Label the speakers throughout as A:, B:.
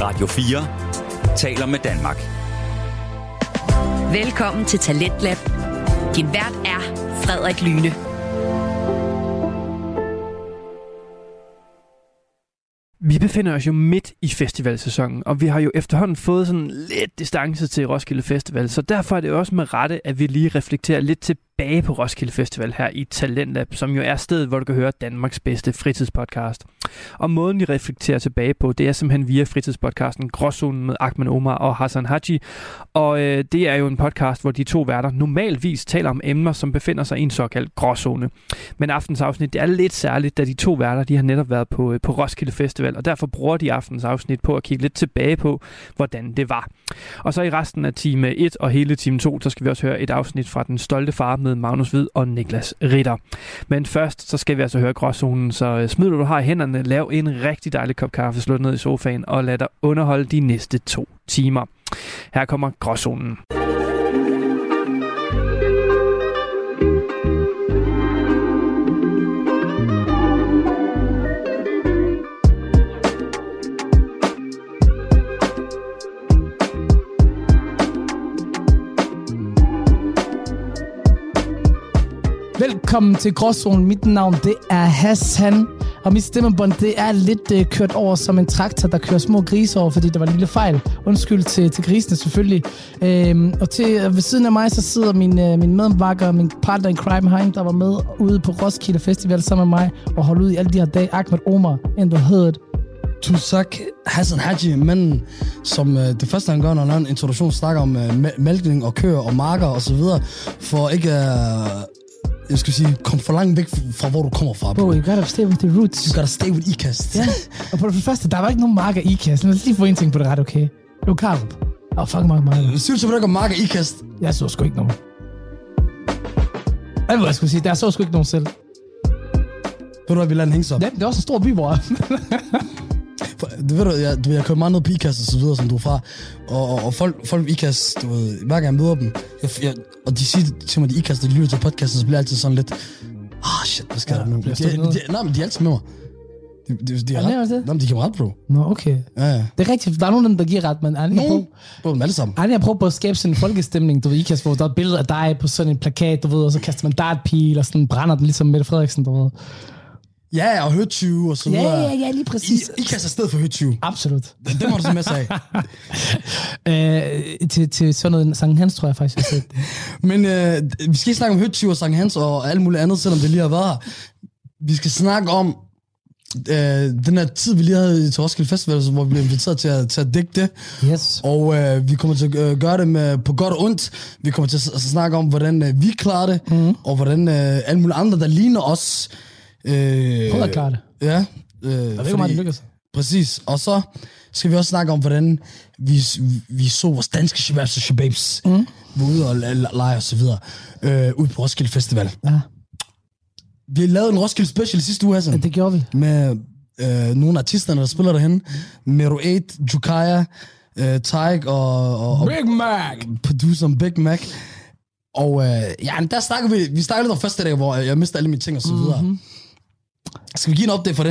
A: Radio 4 taler med Danmark.
B: Velkommen til Talentlab. Din vært er Frederik Lyne.
C: Vi befinder os jo midt i festivalsæsonen, og vi har jo efterhånden fået sådan lidt distance til Roskilde Festival, så derfor er det jo også med rette, at vi lige reflekterer lidt tilbage på Roskilde Festival her i Talentlab, som jo er stedet, hvor du kan høre Danmarks bedste fritidspodcast. Og måden, vi reflekterer tilbage på, det er simpelthen via fritidspodcasten Gråzonen med Ahmed Omar og Hassan Haji. Og øh, det er jo en podcast, hvor de to værter normalvis taler om emner, som befinder sig i en såkaldt gråzone. Men aftens afsnit det er lidt særligt, da de to værter de har netop været på, øh, på Roskilde Festival, og derfor bruger de aftens afsnit på at kigge lidt tilbage på, hvordan det var. Og så i resten af time 1 og hele time 2, så skal vi også høre et afsnit fra Den Stolte Far med Magnus Hvid og Niklas Ritter. Men først, så skal vi altså høre gråzonen, så øh, smid hvad du har i hænderne, lav en rigtig dejlig kop kaffe, slå dig ned i sofaen og lad dig underholde de næste to timer. Her kommer gråzonen.
D: Velkommen til Gråzonen. Mit navn det er Hassan, og mit stemmebånd det er lidt øh, kørt over som en traktor, der kører små grise over, fordi der var en lille fejl. Undskyld til, til grisene selvfølgelig. Øhm, og til, og ved siden af mig så sidder min, øh, min medbakker, min partner i Crime Heim, der var med ude på Roskilde Festival sammen med mig, og holdt ud i alle de her dage. Ahmed Omar, end the hood.
E: Tusak Hassan Haji, manden, som øh, det første, han gør, når han har en introduktion, snakker om øh, mæ- mælkning og køer og marker og så videre, for ikke øh, jeg skal sige, kom for langt væk fra, hvor du kommer fra.
D: Bro,
E: Bro.
D: you gotta stay with the roots.
E: You gotta stay with ikast.
D: Ja, og på det første, der var ikke nogen marker i kassen. Lad os lige få en ting på det ret, okay? Jo, Karup. Der var fucking mange marker.
E: Syv til, hvordan marker ikast.
D: Jeg så sgu ikke nogen. Jeg ved, hvad jeg skulle sige. Der så sgu ikke nogen selv.
E: Ved du, hvad vi lader den hænge sig op?
D: Ja, det er også en stor by, bror.
E: For, det ved du, jeg, du, ved, jeg kører meget ned på ikast og så videre, som du er fra. Og, og, og folk, folk i ikast, du ved, hver gang jeg møder dem, jeg, jeg, og de siger til mig, de ikast, de lytter til podcasten, så bliver jeg altid sådan lidt, ah oh, shit, hvad sker
D: Ja,
E: ja, der nu?
D: bliver
E: De,
D: stået
E: de,
D: nede.
E: de, nej, men de er altid med mig. De, de, de,
D: Er
E: er
D: det
E: ret,
D: også
E: nej,
D: det?
E: men de kan ret, bro.
D: Nå, okay.
E: Ja, ja.
D: Det er rigtigt. Der er nogen, af dem, der giver ret, men Arne, jeg
E: Nogen,
D: prøver,
E: bro, dem alle sammen.
D: Arne, jeg prøver på at skabe sådan en folkestemning, du ved, Ikast, hvor der er et billede af dig på sådan en plakat, du ved, og så kaster man dartpil, og sådan brænder den, ligesom Mette Frederiksen, du ved.
E: Ja, og hørt 20 og så
D: Ja,
E: videre.
D: ja, ja, lige præcis.
E: I, altså ikast er stedet for hørt 20.
D: Absolut.
E: Dem har du så masser af.
D: Øh, til, til sådan noget Sankt Hans, tror jeg faktisk, jeg har set.
E: Men øh, vi skal ikke snakke om Høtyv og Sankt Hans og alt muligt andet, selvom det lige har været her. Vi skal snakke om øh, den her tid, vi lige havde til Roskilde Festival, hvor vi blev inviteret til at, til at dække det.
D: Yes.
E: Og øh, vi kommer til at øh, gøre det med, på godt og ondt. Vi kommer til at, s- at snakke om, hvordan øh, vi klarer det,
D: Mhm.
E: mm. og hvordan øh, alle mulige andre, der ligner os... Øh,
D: Prøv at klare det.
E: Ja. Øh, jeg
D: Jeg ved ikke, hvor meget det lykkes.
E: Præcis. Og så skal vi også snakke om, hvordan vi, vi så vores danske shababs og shababs mm. ude og la- la- lege og så videre øh, ude på Roskilde Festival.
D: Ja,
E: Vi lavede en Roskilde Special sidste uge, Hassan,
D: det gjorde vi.
E: med øh, nogle af artisterne, der spiller derhen. Mero 8, Jukaya, øh, Tyg og, og, og
D: Big Mac!
E: produceren Big Mac. Og øh, ja, men der snakker vi, vi snakker lidt om første dag, hvor jeg mister alle mine ting og
D: Mhm.
E: så videre. Mm-hmm. Skal vi give en update for det?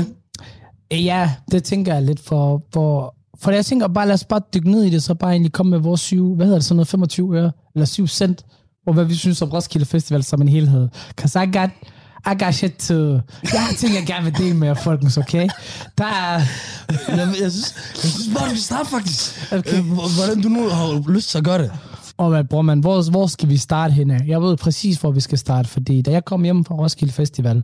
D: Øh, Ja, det tænker jeg lidt for, for, for jeg tænker bare, lad os bare dykke ned i det, så bare egentlig komme med vores syv, hvad hedder det, sådan noget 25 øre, eller 7 cent, og hvad vi synes om Roskilde Festival som en helhed. Cause I got, I got shit to, jeg har ting, jeg gerne vil dele med jer, folkens, okay? Der er,
E: jeg, jeg, synes, jeg synes bare, du skal starte faktisk.
D: Okay.
E: Okay. Hvordan du nu har lyst til at gøre det.
D: og hvad, bror, man, hvor, hvor skal vi starte henne? Jeg ved præcis, hvor vi skal starte, fordi da jeg kom hjem fra Roskilde Festival,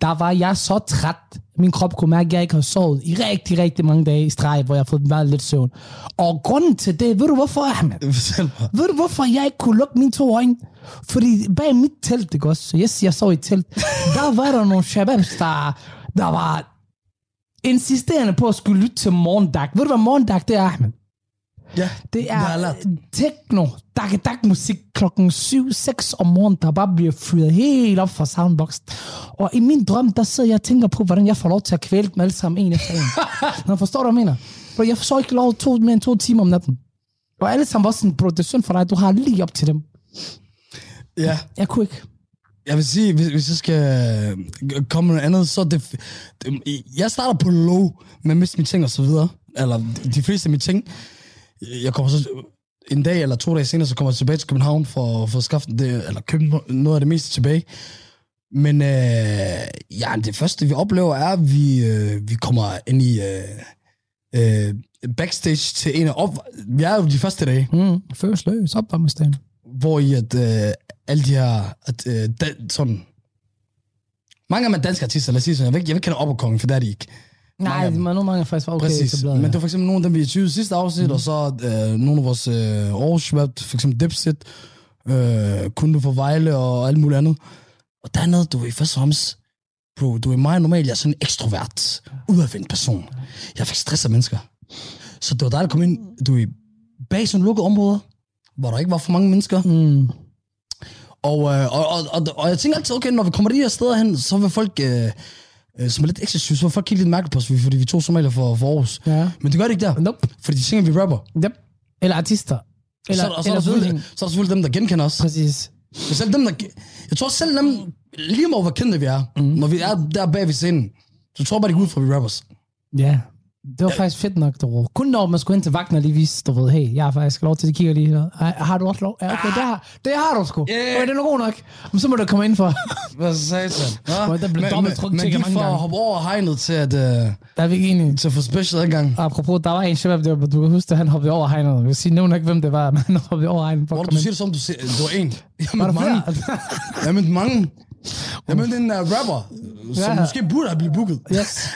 D: der var jeg så træt. Min krop kunne mærke, at jeg ikke havde sovet i rigtig, rigtig mange dage i streg, hvor jeg har fået meget lidt søvn. Og grunden til det, ved du hvorfor, Ahmed?
E: Fortæl mig.
D: Ved du, hvorfor jeg ikke kunne lukke mine to øjne? Fordi bag mit telt, ikke også? Så yes, jeg sov i et telt. Der var der nogle shababs, der, der var insisterende på at skulle lytte til morgendag. Ved du, hvad morgendag det er, Ahmed?
E: Ja,
D: Det
E: Det har jeg
D: er
E: lært.
D: techno, dak dak musik klokken 7-6 om morgenen, der bare bliver fyret helt op fra soundboxen. Og i min drøm, der sidder jeg og tænker på, hvordan jeg får lov til at kvæle dem alle sammen en efter en. Nå, forstår du, hvad jeg mener? Bro, jeg forstår ikke lov to, mere end to timer om natten. Og alle sammen var sådan, bro, det er synd for dig, du har lige op til dem.
E: ja.
D: Jeg kunne ikke.
E: Jeg vil sige, hvis, hvis jeg skal øh, komme med noget andet, så er det, det... Jeg starter på low med at miste mine ting og så videre. eller de fleste af mine ting, jeg kommer så øh, en dag eller to dage senere, så kommer jeg tilbage til København for, for at skaffe det, eller købe no- noget af det meste tilbage. Men øh, ja, det første, vi oplever, er, at vi, øh, vi kommer ind i øh, øh, backstage til en af op... Vi er jo de første dage,
D: Mm. First løs, opvarmningsdagen.
E: hvor i at øh, alle de her... At, øh, da, sådan, mange af mine danske artister, lad os sige sådan, jeg vil, ikke- jeg vil ikke kende op kongen, for det er de ikke.
D: Nej,
E: Mange af dem.
D: men nogle mange er faktisk var okay
E: Præcis,
D: etableret.
E: men
D: Men
E: det
D: du...
E: var for eksempel nogle af dem, vi har tyvet sidste afsnit, mm. og så øh, nogle af vores øh, Aarhus rap, for eksempel Dipset, øh, Kunde for Vejle og alt muligt andet. Og dernede, du er i første homs, bro, du er meget normal, jeg er sådan en ekstrovert, udadvendt person. Jeg fik stress af mennesker. Så det var dejligt at komme ind, du er bag sådan lukkede områder, hvor der ikke var for mange mennesker.
D: Mm.
E: Og, øh, og, og, og, og jeg tænker altid, okay, når vi kommer de her steder hen, så vil folk, øh, øh, som er lidt eksklusive, så vil folk kigge lidt mærkeligt på os, fordi vi er to somalier for, for Aarhus.
D: Ja.
E: Men det gør det ikke der.
D: Nope.
E: Fordi de tænker, vi rapper.
D: Yep. Eller artister. Eller,
E: Eller, og så, er der
D: eller
E: selvfølgelig,
D: udlændinge.
E: så er der selvfølgelig dem, der genkender os.
D: Præcis.
E: Men selv dem, der, ge- jeg tror selv dem, lige meget hvor kendte vi er, mm.
D: Mhm.
E: når vi er der bag ved scenen, så tror jeg bare, de går ud fra, at vi rappers.
D: Ja. Det var faktisk fedt nok, du ved. Kun når man skulle hen til Wagner lige vise, du ved, hey, jeg har faktisk lov til, at de kigger lige her. Ej, Har du også lov? Ja, okay,
E: Ah.
D: det har, det har du sgu.
E: Yeah.
D: Yeah. Okay, det er nok god nok. Men så må du komme ind for.
E: Hvad sagde
D: Hvor der blev dobbelt tryktjekket mange
E: for at
D: gange.
E: hoppe over hegnet til at, øh,
D: Der er vi ikke enige.
E: til at få special adgang.
D: Apropos, der var en chef, der, du kan huske, at han hoppede over hegnet. Jeg vil sige, nævner ikke, hvem det var, men han hoppede over hegnet for
E: Hvor
D: at
E: du
D: komme
E: siger
D: ind.
E: det som, du siger, du er en. Jeg
D: Var
E: mødte
D: der
E: mange.
D: flere?
E: Jeg mødte mange. Jeg mødte en uh, rapper, som
D: Ja.
E: måske burde have blivet booket.
D: Yes.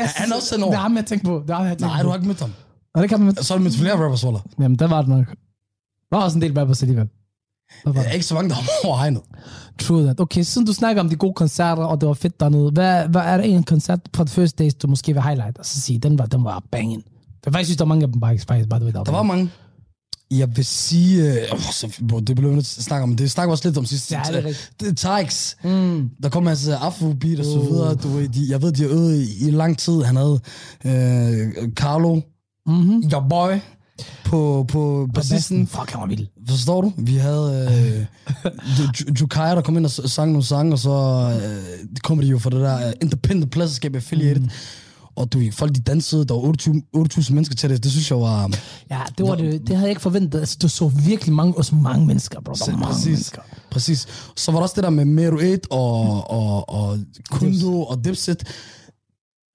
D: yes.
E: Han er også sådan over.
D: Det er ham, jeg tænkte på. Det er ham, jeg tænkte
E: Nej,
D: på.
E: du har ikke mødt ham.
D: Og det kan man...
E: Så har du mødt flere rappers, Waller.
D: Jamen, der var det nok. Der var også en del rappers alligevel. Der var
E: Jeg er ikke så mange, der hopper over hegnet.
D: True that. Okay, siden du snakker om de gode koncerter, og det var fedt dernede, hvad, hvad er der en koncert fra the first days, du måske vil highlight, og så sige, den var, den var banging? Jeg faktisk synes, der var mange af dem, faktisk, faktisk, by the way.
E: Der var mange. Jeg vil sige... Øh, åh, så, bro, det blev vi nødt til at snakke om. Det snakker vi også lidt om sidst. Øh,
D: Ja, det er rigtigt.
E: Det er Tykes. Mm. Der kom hans øh, afrobeat og så videre. Du, ved, de, jeg ved, de har øvet i, i lang tid. Han havde øh, Carlo, mm-hmm. your boy, på, på bassisten.
D: Fuck, han var vild.
E: Forstår du? Vi havde øh, Jukaya, der kom ind og s- sang nogle sange, og så øh, kommer de jo fra det der øh, Independent Pladserskab Affiliated. Mm. Og du, ved, folk de dansede, der var 8.000 8.000 mennesker til det. Det synes jeg var...
D: Ja, det, var det, det havde jeg ikke forventet. Altså, du så virkelig mange, også mange mennesker, bro. Der var mange
E: Præcis.
D: mennesker.
E: Præcis. Så var der også det der med Mero 8 og, og, og Kundo og Dipset.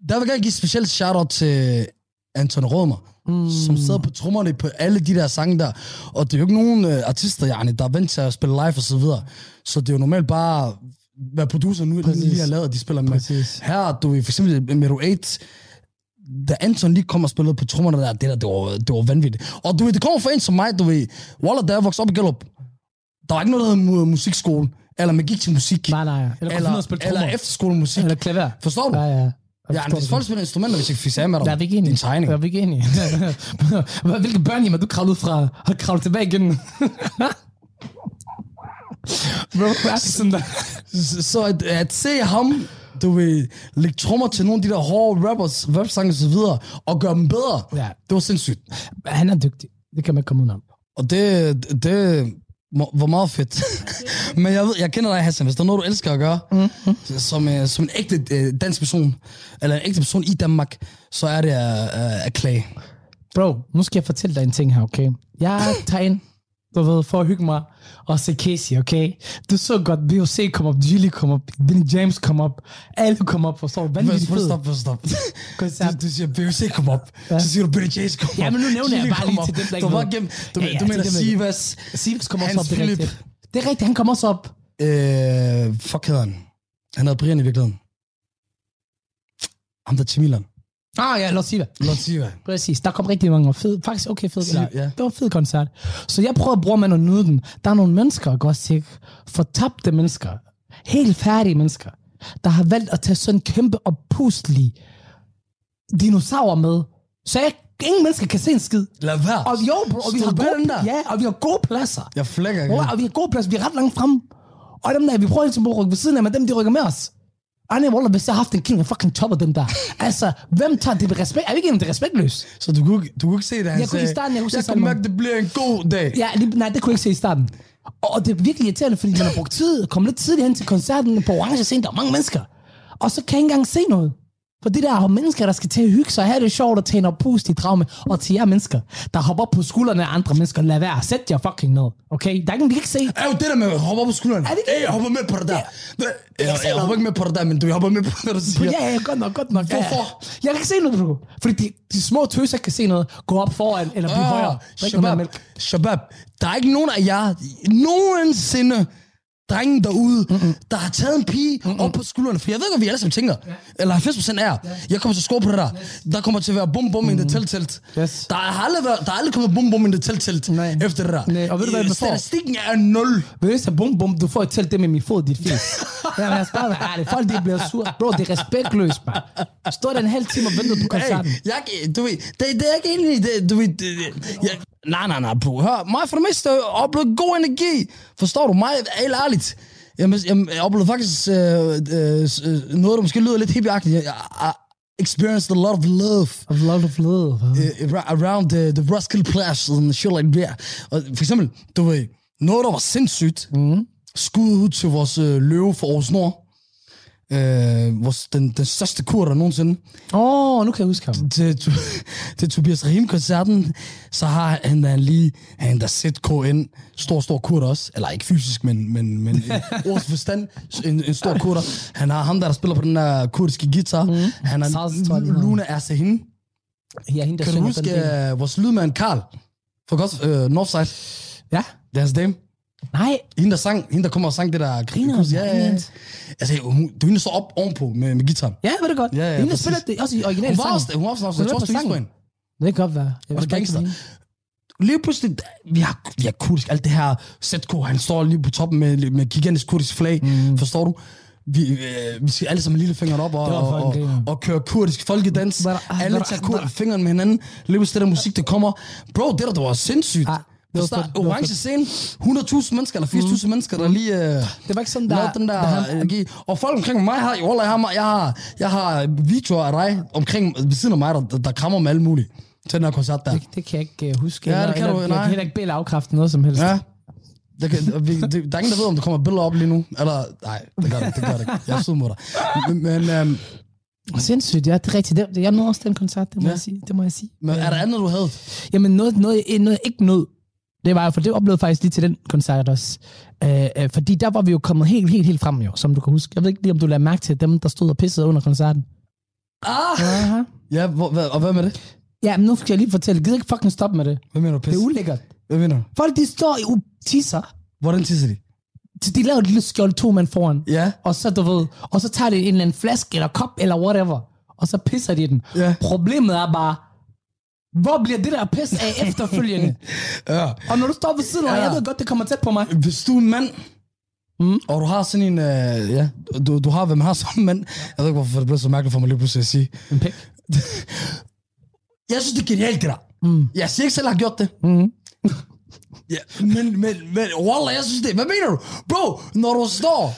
E: Der vil jeg gerne give specielt shout-out til Anton Rødmer, mm. som sidder på trommerne på alle de der sange der. Og det er jo ikke nogen øh, artister, yani, der er vant til at spille live og så videre. Så det er jo normalt bare, hvad producer nu
D: Præcis.
E: lige har lavet, at de spiller med.
D: Præcis.
E: Her, du ved, for eksempel Mero 8, da Anton lige kom og spillede på trommerne der, det der, det var, det var vanvittigt. Og du ved, det kommer fra en som mig, du ved, Waller, da jeg voksede op i Gallup, der var ikke noget, der hed mu- musikskole, eller man gik til musik,
D: Nej, nej. Eller, eller,
E: eller,
D: spille
E: eller
D: eller,
E: efterskolemusik.
D: eller klaver.
E: Forstår du?
D: Ja,
E: Ja,
D: ja. Jeg
E: ja
D: forstår
E: hvis
D: det.
E: folk spiller instrumenter, hvis jeg fik sammen
D: Der
E: med
D: er
E: dem,
D: vi ikke enige.
E: det er en tegning.
D: Der er vi ikke enige. Hvad- Hvilke børnehjem er du kravlet ud fra? Har du kravlet tilbage igen? Bro, hvad er det sådan der?
E: Så- Så at, at se ham, du ved, lægge trommer til nogle af de der hårde rappers, rapsange og så videre, og gøre dem bedre,
D: Ja.
E: det var sindssygt.
D: Han er dygtig. Det kan man ikke komme udenom.
E: Og det, det må- var meget fedt. Men jeg, ved, jeg kender dig, Hassan. Hvis der er noget, du elsker at gøre,
D: Mm.
E: mm-hmm. som, øh, som en ægte øh, dansk person, eller en ægte person i Danmark, så er det at, øh, at klage.
D: Bro, nu skal jeg fortælle dig en ting her, okay? Jeg tager ind, du ved, for at hygge mig, og se Casey, okay? Du så godt, VOC kom op, Gilly kom op, Billy James kom op, alle kom op, forstår du? Vanvittigt
E: Stop,
D: fed
E: stop, stop.
D: koncert.
E: Du, du siger, BVC kom op. Ja. Så siger du, Billy Jace kom op.
D: Ja, men nu nævner jeg
E: Chili
D: bare
E: kom
D: lige
E: op.
D: til dem, der
E: du
D: ikke
E: var
D: ved.
E: gennem, Du,
D: Ja,
E: ja,
D: ja,
E: du
D: til
E: mener
D: dem, der ikke ved.
E: Sivas.
D: Sivas kom også
E: Hans
D: op, det er
E: Philip.
D: rigtigt. Det er rigtigt, han kom også op.
E: Øh, fuck hedder han. Han hedder Brian i virkeligheden. Ham der til Milan.
D: Ah ja, lad os sige det.
E: Lord Siva.
D: Præcis, der kom rigtig mange. og Fed, faktisk okay fed.
E: Sig-
D: Eller,
E: ja.
D: ja. Det var en fed koncert. Så jeg prøvede at bruge man at nyde den. Der er nogle mennesker, godt ikke? Fortabte mennesker. Helt færdige mennesker. Der har valgt at tage sådan en kæmpe oppustelig dinosaur med. Så jeg, ingen mennesker kan se en skid.
E: Lad være.
D: Og jo, bro, og vi
E: Stå
D: har
E: bag den
D: gode,
E: der.
D: ja, og vi har gode pladser.
E: Jeg flækker ikke.
D: Bro, og vi har gode pladser. Vi er ret langt frem. Og dem der, vi prøver ligesom at rykke ved siden af, men dem, de rykker med os. Ej, nej, Wallah, hvis jeg har haft en kilo, jeg fucking chopper den der. Altså, hvem tager det med respekt? Er vi ikke enige om, det er respektløst?
E: Så du kunne, ikke- du kunne ikke se det, han
D: Jeg kunne i
E: sagde,
D: starten, jeg kunne se
E: jeg
D: sådan
E: kunne
D: noget."
E: mærke, det bliver en god dag.
D: Ja, lige, nej, det kunne jeg ikke se i starten. Og, og det er virkelig irriterende, fordi man har brugt tid, kom lidt tidligt hen til koncerten på Orange Scene, der er mange mennesker. Og så kan jeg ikke engang se noget. For det der er jo mennesker, der skal til at hygge sig, have det sjovt og tage noget pust i traume. Og til jer mennesker, der hopper op på skuldrene af andre mennesker, lad være. Sæt jer fucking ned, okay? Der er ingen, vi kan ikke se.
E: Er jo det der med at hoppe op på skulderen.
D: Er det ikke-
E: Ey, jeg hopper med på det der. Jeg, jeg, jeg hopper ikke med på det der, men du jeg hopper med på det, du siger.
D: Ja, ja, godt nok, godt nok. Ja, ja.
E: Hvorfor?
D: Jeg kan ikke se noget, bro. Fordi de, de små tøser kan se noget. Gå op foran, eller blive højere. Drik noget mere
E: Shabab,
D: mælk.
E: Ah, Shabab, der er ikke nogen af jer nogensinde drengen derude, mm-hmm. der har taget en pige mm-hmm. op på skuldrene. For jeg ved godt, vi alle sammen tænker. Ja. Eller 90% af jer. Ja. Jeg kommer til at score på det der. Der kommer til at være bum bum mm-hmm. in the telt telt.
D: Yes.
E: Der har aldrig, været, der er aldrig kommet bum bum in the telt telt
D: Nej.
E: efter det der. Øh,
D: Nej, og ved du, hvad man får?
E: Statistikken er nul.
D: Hvis jeg bum bum, du får et telt det med min fod i dit fjes. ja, men jeg spørger dig ærligt. Folk de bliver sure. Bro, det er respektløst, man. Stå der en halv time og vente på koncerten.
E: Hey, jeg, du ved, det, det er jeg ikke enig i. Det, du ved, det, det, jeg, nej, nej, nej, bro. Hør, mig for det meste har oplevet god energi. Forstår du mig? Helt ærligt. Jamen, jamen, jeg oplevede faktisk øh, øh, s- øh, noget, der måske lyder lidt hippieagtigt. Jeg, jeg, I experienced a lot of love
D: Of love of love. huh?
E: øh, ra- around the, the Roskilde Clash and shit like that. Og for eksempel, du ved, noget, der var sindssygt, mm. skud ud til vores øh, løve for Aarhus Nord. Øh, vores, den, den største kur, der nogensinde
D: Åh, oh, nu kan jeg huske ham.
E: til, til, til Tobias Rahim-koncerten, så har han da lige, han der set KN, stor, stor kurd også, eller ikke fysisk, men, men, men i ordets forstand, en, en stor kurder. Han har ham der, der spiller på den der kurdiske guitar, mm. han har
D: Salsa-trolden.
E: Luna Ersehin.
D: Ja, hende, der
E: Kan du
D: synger
E: huske
D: den del.
E: øh, vores lydmand Karl fra Gos, øh, Northside?
D: Ja.
E: Det er hans dame.
D: Nej,
E: Hende, der, sang, hende, der kommer og sang det der
D: Griner,
E: Ja, ja, ja.
D: griner.
E: Altså, hun, det er hende, der står op ovenpå med, med guitar.
D: ja, var det godt.
E: Ja, ja,
D: hende, der
E: præcis.
D: spiller det, også i originalen.
E: Hun var også, hun var også, hun var også,
D: Hun
E: hun
D: er
E: var
D: på
E: også, hun var
D: sangen.
E: også
D: Det kan godt være. Jeg
E: Og
D: ved
E: det
D: bare ikke,
E: gangster.
D: hvad
E: Lige pludselig, der- vi har, vi har kurdisk, alt det her ZK, han står lige på toppen med, med gigantisk kurdisk flag, mm. forstår du? Vi, øh, vi skal alle sammen lille fingeren op og,
D: Det var
E: og, og,
D: fucking grineren.
E: og køre kurdisk folkedans.
D: Var der- ah,
E: alle
D: var der-
E: tager
D: var der-
E: kur- fingeren med hinanden. Lige pludselig den musik, der kommer. Bro, det der, der var sindssygt.
D: Ah,
E: Ah,
D: det var
E: det var
D: fedt, det var
E: orange
D: fedt.
E: scene, 100.000 mennesker, eller 80.000 mm. mennesker, der lige... Øh,
D: Det var ikke sådan, der...
E: der, den der,
D: der
E: der energi. Og folk omkring mig har, jo, jeg har, jeg har, jeg har videoer af dig omkring, ved siden af mig, der, der krammer med alt muligt til den her koncert der.
D: det, det, kan jeg ikke øh, huske.
E: Ja, det
D: Eller-
E: kan
D: eller,
E: du-
D: Jeg
E: nej.
D: kan heller ikke bede afkræfte noget som helst.
E: Ja. Der, kan, og vi, det, der er ingen, der ved, om der kommer billeder op lige nu. Eller, nej, det gør det, det gør det ikke. Jeg er sød mod dig. Men, men, øhm,
D: Sindssygt, ja, det er rigtigt. Det, jeg nåede også den koncert, det må,
E: Ja.
D: ja. jeg, sige, det må jeg sige.
E: men er der andet, du havde?
D: Jamen, noget, noget, jeg- noget jeg ikke nød, det var, for det oplevede jeg faktisk lige til den koncert også. Øh, øh, fordi der var vi jo kommet helt, helt, helt frem jo, som du kan huske. Jeg ved ikke lige, om du lagde mærke til dem, der stod og pissede under koncerten.
E: Ah!
D: Aha.
E: Ja, hvor, hvad, og hvad med det?
D: Ja, men nu skal jeg lige fortælle. Gider ikke fucking stoppe med det.
E: Hvad mener du,
D: Det
E: pis?
D: er ulækkert.
E: Hvad mener du?
D: Folk, de står i tisser.
E: Hvordan tisser de?
D: Så de laver et lille skjold to mand foran.
E: Ja.
D: Og så, du ved, og så tager de en eller anden flaske eller kop eller whatever. Og så pisser de i den.
E: Ja.
D: Problemet er bare, hvor bliver det der pis af efterfølgende?
E: ja.
D: og når du står ved siden af,
E: Ja.
D: ja. jeg ved godt, det kommer tæt på mig.
E: Hvis du er en mand, mm. og du har sådan en... Øh, ja, du, du har, hvad man har som en mand. Jeg ved ikke, hvorfor det blev så mærkeligt for mig lige pludselig at sige.
D: En pik.
E: Jeg synes, det er genialt, det der. Mm. Jeg siger ikke selv, at jeg har gjort det.
D: Mhm.
E: ja, men, men, men, wallah, jeg synes det. Hvad mener du? Bro, når du står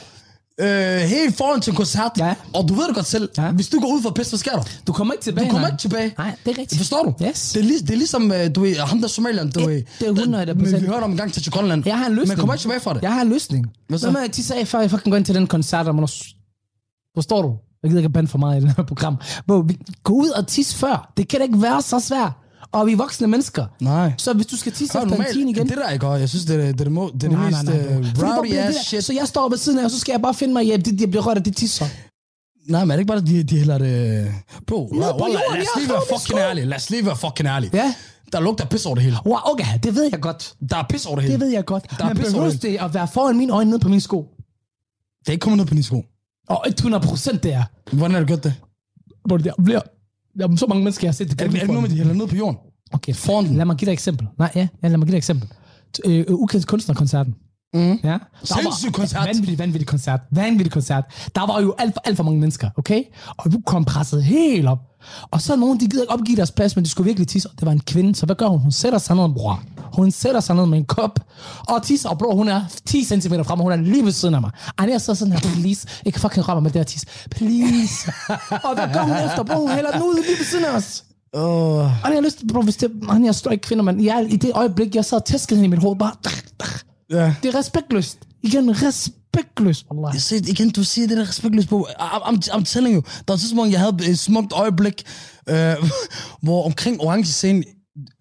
E: øh, helt foran til en koncert,
D: Ja.
E: og du ved det godt selv, ja.
D: Ja.
E: hvis du går ud for pis, hvad sker der?
D: Du kommer ikke tilbage.
E: Du kommer
D: nej.
E: ikke tilbage.
D: Nej, det er rigtigt.
E: Forstår du?
D: Yes.
E: Det, er lig, det er ligesom, øh, du ved, ham der somalieren, du
D: Det-
E: ved.
D: det er 100%.
E: Men vi hørte om en gang til Grønland.
D: Jeg har en løsning.
E: Men kommer ikke tilbage fra det.
D: Jeg har en løsning.
E: Hvad
D: Hvad
E: så?
D: så? Hvad med, at de sagde, før jeg fucking går ind til den koncert, og man er... s- Forstår du? Jeg gider ikke bande for meget i det her program. Bro, vi, gå ud og tisse før. Det kan da ikke være så svært. Og vi er voksne mennesker.
E: Nej.
D: Så hvis du skal tisse
E: Hør,
D: efter en time
E: normalt,
D: igen...
E: det der ikke, og jeg synes, det er det, er det, må, det, er det
D: Nej, nej,
E: mest
D: nej, nej.
E: øh,
D: Fordi der
E: rowdy
D: bliver det
E: ass
D: der-
E: shit.
D: Så jeg står ved siden af, og så skal jeg bare finde mig, ja, de, de bliver rørt af de tisser.
E: Nej, men er det ikke bare, at de, de hælder det... Bro, Nå,
D: på
E: wallah,
D: jorden,
E: lad os
D: jeg har
E: lige være
D: fået min sko.
E: fucking ærlige. Lad os lige være fucking ærlige.
D: Ja.
E: Der lugter pis over det hele.
D: Wow, okay, det ved jeg godt.
E: Der er pis over det hele.
D: Det
E: Det,
D: ved jeg godt.
E: Der er
D: Men
E: pis over
D: behøver
E: det.
D: det at være foran mine øjne ned på mine sko?
E: er ikke kommet ned på dine sko.
D: Og 100 procent det er.
E: Hvordan har du gjort det?
D: Hvor det der bliver... Der er så mange mennesker, jeg har set. Det
E: Er det, er det noget med, at de hælder ned på jorden?
D: Okay,
E: Foran den?
D: Lad mig give dig et eksempel. Nej, ja, ja lad mig give dig et eksempel. T- Øh, øh, Ukendt kunstnerkoncerten. Mm. Ja. Der
E: Sindssyg koncert.
D: Vanvittig, vanvittig koncert. Vanvittig koncert. Der var jo alt for, alt for mange mennesker, okay? Og du kom presset helt op. Og så er nogen, de gider ikke opgive deres plads, men de skulle virkelig tisse. Og det var en kvinde, så hvad gør hun? Hun sætter sig ned, bror. Hun sætter sig ned med en kop og tisser, og bror, hun er 10 cm frem, og hun er lige ved siden af mig. Ej, jeg sidder sådan her, please, ikke fucking rør mig med det her tis. Please. og hvad gør hun efter? Bror, hun hælder den ud lige ved siden af os.
E: Åh.
D: Og jeg har lyst til, bro, hvis det, man, jeg står ikke kvinder, man. Jeg, I det øjeblik, jeg sad og tæskede hende i mit hoved, bare, tak, tak.
E: Ja.
D: det er respektløst. Igen, respektløst. respektløst, Allah.
E: Jeg siger, igen, du siger det der respektløst på. I'm, I'm, I'm telling you. Der var et tidspunkt, jeg havde et smukt øjeblik, øh, hvor omkring orange scene,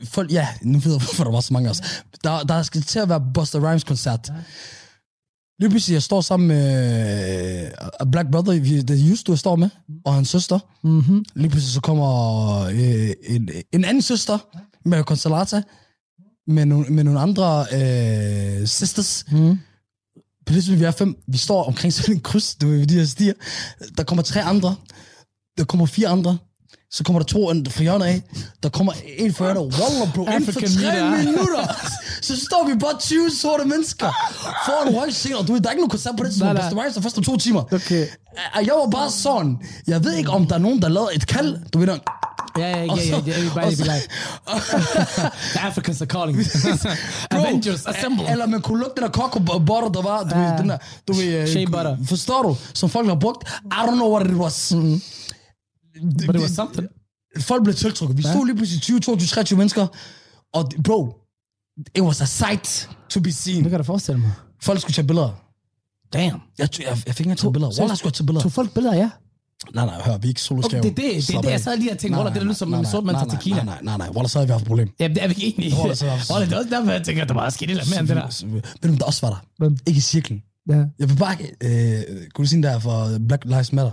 E: folk, ja, nu ved jeg, hvorfor der var så mange af os. Der, der skal til at være Buster Rhymes koncert. Lige pludselig, jeg står sammen med øh, Black Brother, vi- det er Just, du jeg står med, og hans søster.
D: Mm-hmm.
E: Lige pludselig så kommer øh, en, en anden søster med Consolata, med, nogle, med nogle andre øh, sisters.
D: Mm.
E: På det tidspunkt, vi er fem, vi står omkring sådan en kryds, du ved, ved de her stier. Der kommer tre andre, der kommer fire andre, så kommer der to andre fra hjørnet af, der kommer en fra hjørnet, Waller, bro, inden for
D: African
E: tre
D: leader.
E: minutter, så står vi bare 20 sorte mennesker foran Royal Scene, og du ved, der er ikke nogen koncert på det tidspunkt,
D: Nej, nej.
E: Busta Rhymes er først om to timer.
D: Okay.
E: Og jeg var bare sådan, jeg ved ikke, om der er nogen, der lavede et kald, du ved, der,
D: Ja, ja, ja,
E: Og
D: ja,
E: så-
D: ja, everybody
E: og
D: be
E: så-
D: like, the Africans are calling.
E: Bro,
D: Avengers, eh. assemble.
E: Eller man kunne lugte den der coco butter, der var, du ved,
D: Ah.
E: den der, du ved, øh,
D: Shea butter.
E: forstår du, som folk har brugt. I don't know what it was. Mm.
D: But it was something.
E: Folk blev tiltrukket. Vi stod lige pludselig 20, 22, 23 mennesker, og d- bro, it was a sight to be seen.
D: Det kan jeg da forestille mig.
E: Folk skulle tage billeder.
D: Damn.
E: Jeg, jeg, jeg fik ikke engang tage billeder. Wallah, jeg skulle tage billeder.
D: Tog folk billeder, ja?
E: Nej, nej, hør, vi er ikke
D: Okay,
E: soloskæve.
D: det er det, det, er det, jeg sad lige og tænkte, Roller, det der lyder som en sort mand tager tequila.
E: Nej, nej, nej, nej, Wallah, så havde vi haft et problem.
D: Jamen, det er vi ikke enige. i.
E: Det var da så-
D: Roller, det er også derfor, jeg tænker, at der var sket et eller andet mere end det der.
E: Ved du, hvem der også var der?
D: Hvem?
E: Ikke i cirklen.
D: Ja.
E: Jeg vil bare... Øh, kunne du sige, der er for Black Lives Matter?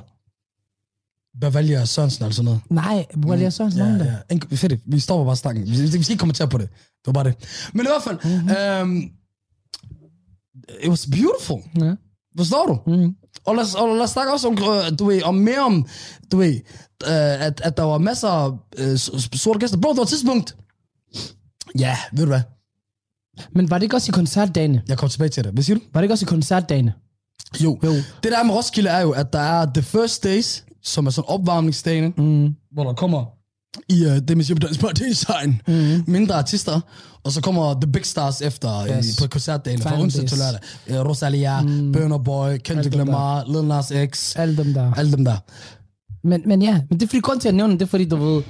E: Bavalia og Sørensen eller sådan noget.
D: Nej, hvor er det Sørens navn der?
E: ja. En- Fedt, vi stopper bare snakken. Vi, vi skal ikke kommentere på det. Det var bare det. Men i hvert fald...
D: Mhm.
E: Mm-hmm. Um, it was beautiful.
D: Ja.
E: Forstår du?
D: Mhm.
E: Og lad, os- og lad os snakke også om, øh, du ved, om mere om, du ved, øh, at, at der var masser af øh, s- s- sorte gæster. Bro, der var et tidspunkt. Ja, ved du hvad?
D: Men var det ikke også i koncertdagene?
E: Jeg kommer tilbage til det. Hvad siger du?
D: Var det ikke også i koncertdagene?
E: Jo.
D: Jo.
E: Det der er med Roskilde er jo, at der er The First Days, som er sådan opvarmningsdagene,
D: Mm.
E: hvor der kommer i uh, det, man siger på dansk, partysign, mm. mindre artister, og så kommer The Big Stars efter yes.
D: Yes.
E: i, på koncertdagene fra
D: Final
E: onsdag
D: days.
E: til lørdag. Uh, Rosalia, mm. Burner Boy,
D: Alt
E: Kendrick
D: det der.
E: Lamar, Lil Nas X,
D: Alle dem der.
E: alle dem der.
D: Men, men ja, men det er fordi, grund til, at jeg nævner det, det er fordi, du ved,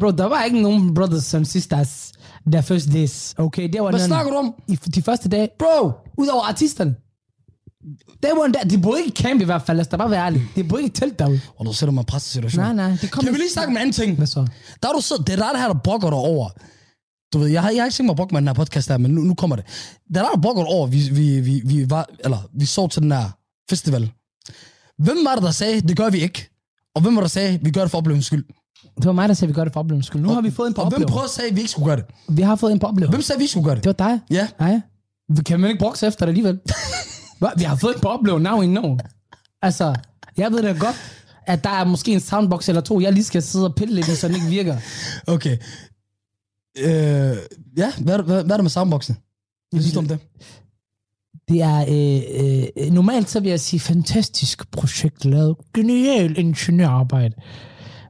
D: bro, der var ikke nogen brothers and sisters, der first days, okay? Det var nogen-
E: Hvad snakker du om?
D: I f- de første dage,
E: Bro,
D: udover artisterne. Det var en dag, de boede ikke i camp i hvert fald, altså, lad os da bare være ærlige. De boede ikke i telt derude.
E: og du sætter mig i en pressesituation.
D: Nej, nej, det kom
E: Kan vi lige snakke om en anden ting?
D: Hvad så?
E: Der er du så, det er dig, der her, der brokker dig over. Du ved, jeg har, jeg har ikke tænkt mig at brokke mig i den her podcast her, men nu, nu kommer det. Det er dig, der brokker dig over, vi, vi, vi, vi, var, eller, vi sov til den her festival. Hvem var det, der sagde, det gør vi ikke? Og hvem var der sagde, vi gør det for oplevelsens skyld?
D: Det var mig, der sagde, at vi gør det for oplevelsens skyld. Nu har vi fået en på
E: Og hvem
D: oplevelse.
E: prøvede at sige, at vi ikke skulle gøre det?
D: Vi har fået en på oplevelse.
E: Hvem sagde, at vi ikke skulle gøre det?
D: Det var dig.
E: Ja,
D: Nej. Vi kan man ikke brokse efter det alligevel. Hva? vi har fået en på oplevelse, now we know. Altså, jeg ved da godt, at der er måske en soundbox eller to, jeg lige skal sidde og pille lidt, i, så den ikke virker.
E: okay. Øh, ja, hvad, hvad, hvad, er der med soundboxen? Hvad
D: Ligesom
E: synes du om det?
D: Det er øh, øh, normalt, så vil jeg sige, fantastisk projekt lavet. Genial ingeniørarbejde.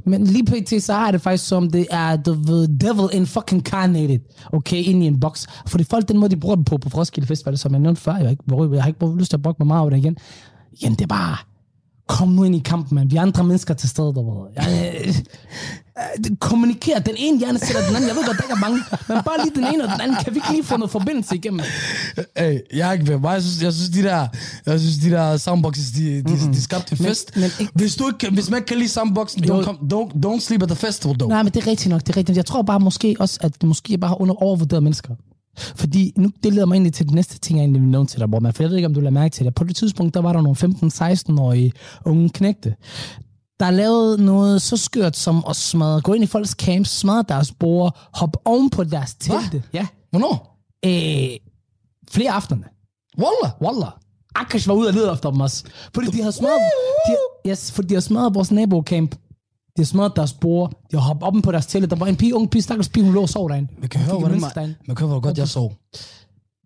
D: Men lige pt. så har jeg det faktisk som, det er the, the devil in fucking carnated, okay, ind i en boks. Fordi folk, den måde, de bruger dem på på Roskilde Festival, som jeg nævnte før, jeg har ikke, jeg har ikke brugt- lyst til at brokke mig meget over det igen. Igen, det er bare, kom nu ind i kampen, man. Vi er andre mennesker til stede derude. Jeg, øh, øh, kommuniker. Den ene hjerne sætter den anden. Jeg ved godt, der ikke er mange. Men bare lige den ene og den anden. Kan vi ikke lige få noget forbindelse igennem?
E: Hey, jeg har ikke været mig. Jeg synes, jeg synes, de der, jeg synes, de der soundboxes, de, de, de skabte en
D: Men-
E: fest.
D: men ikke-
E: hvis, du ikke, kan- hvis man ikke kan lide soundboxen,
D: Jo.
E: don't, come, don't, don't sleep at the festival, though.
D: Nej, men det er rigtigt nok, det er rigtigt. Jeg tror bare måske også, at det måske bare har under overvurderet mennesker. Fordi nu, det leder mig egentlig til det næste ting, jeg egentlig vil nævne til dig, Bormann. For jeg ved ikke, om du lader mærke til det. På det tidspunkt, der var der nogle 15-16-årige unge knægte, der lavede noget så skørt som at smadre, gå ind i folks camps, smadre deres borde, hoppe oven på deres telte. Ja.
E: Hvornår?
D: Øh, flere aftenerne.
E: Wallah.
D: Wallah. Akash var ude og lede efter dem også. Fordi de har smadret, de, yes, fordi de har smadret vores nabocamp. De har smadret deres bord. De har hoppet op på deres tælle. Der var en pige, ung pige, stakkels pige, hun lå og sov derinde.
E: Man kan
D: Hun
E: høre,
D: fik
E: hvordan
D: demens
E: man,
D: derinde.
E: man kan høre, hvor godt jeg sov.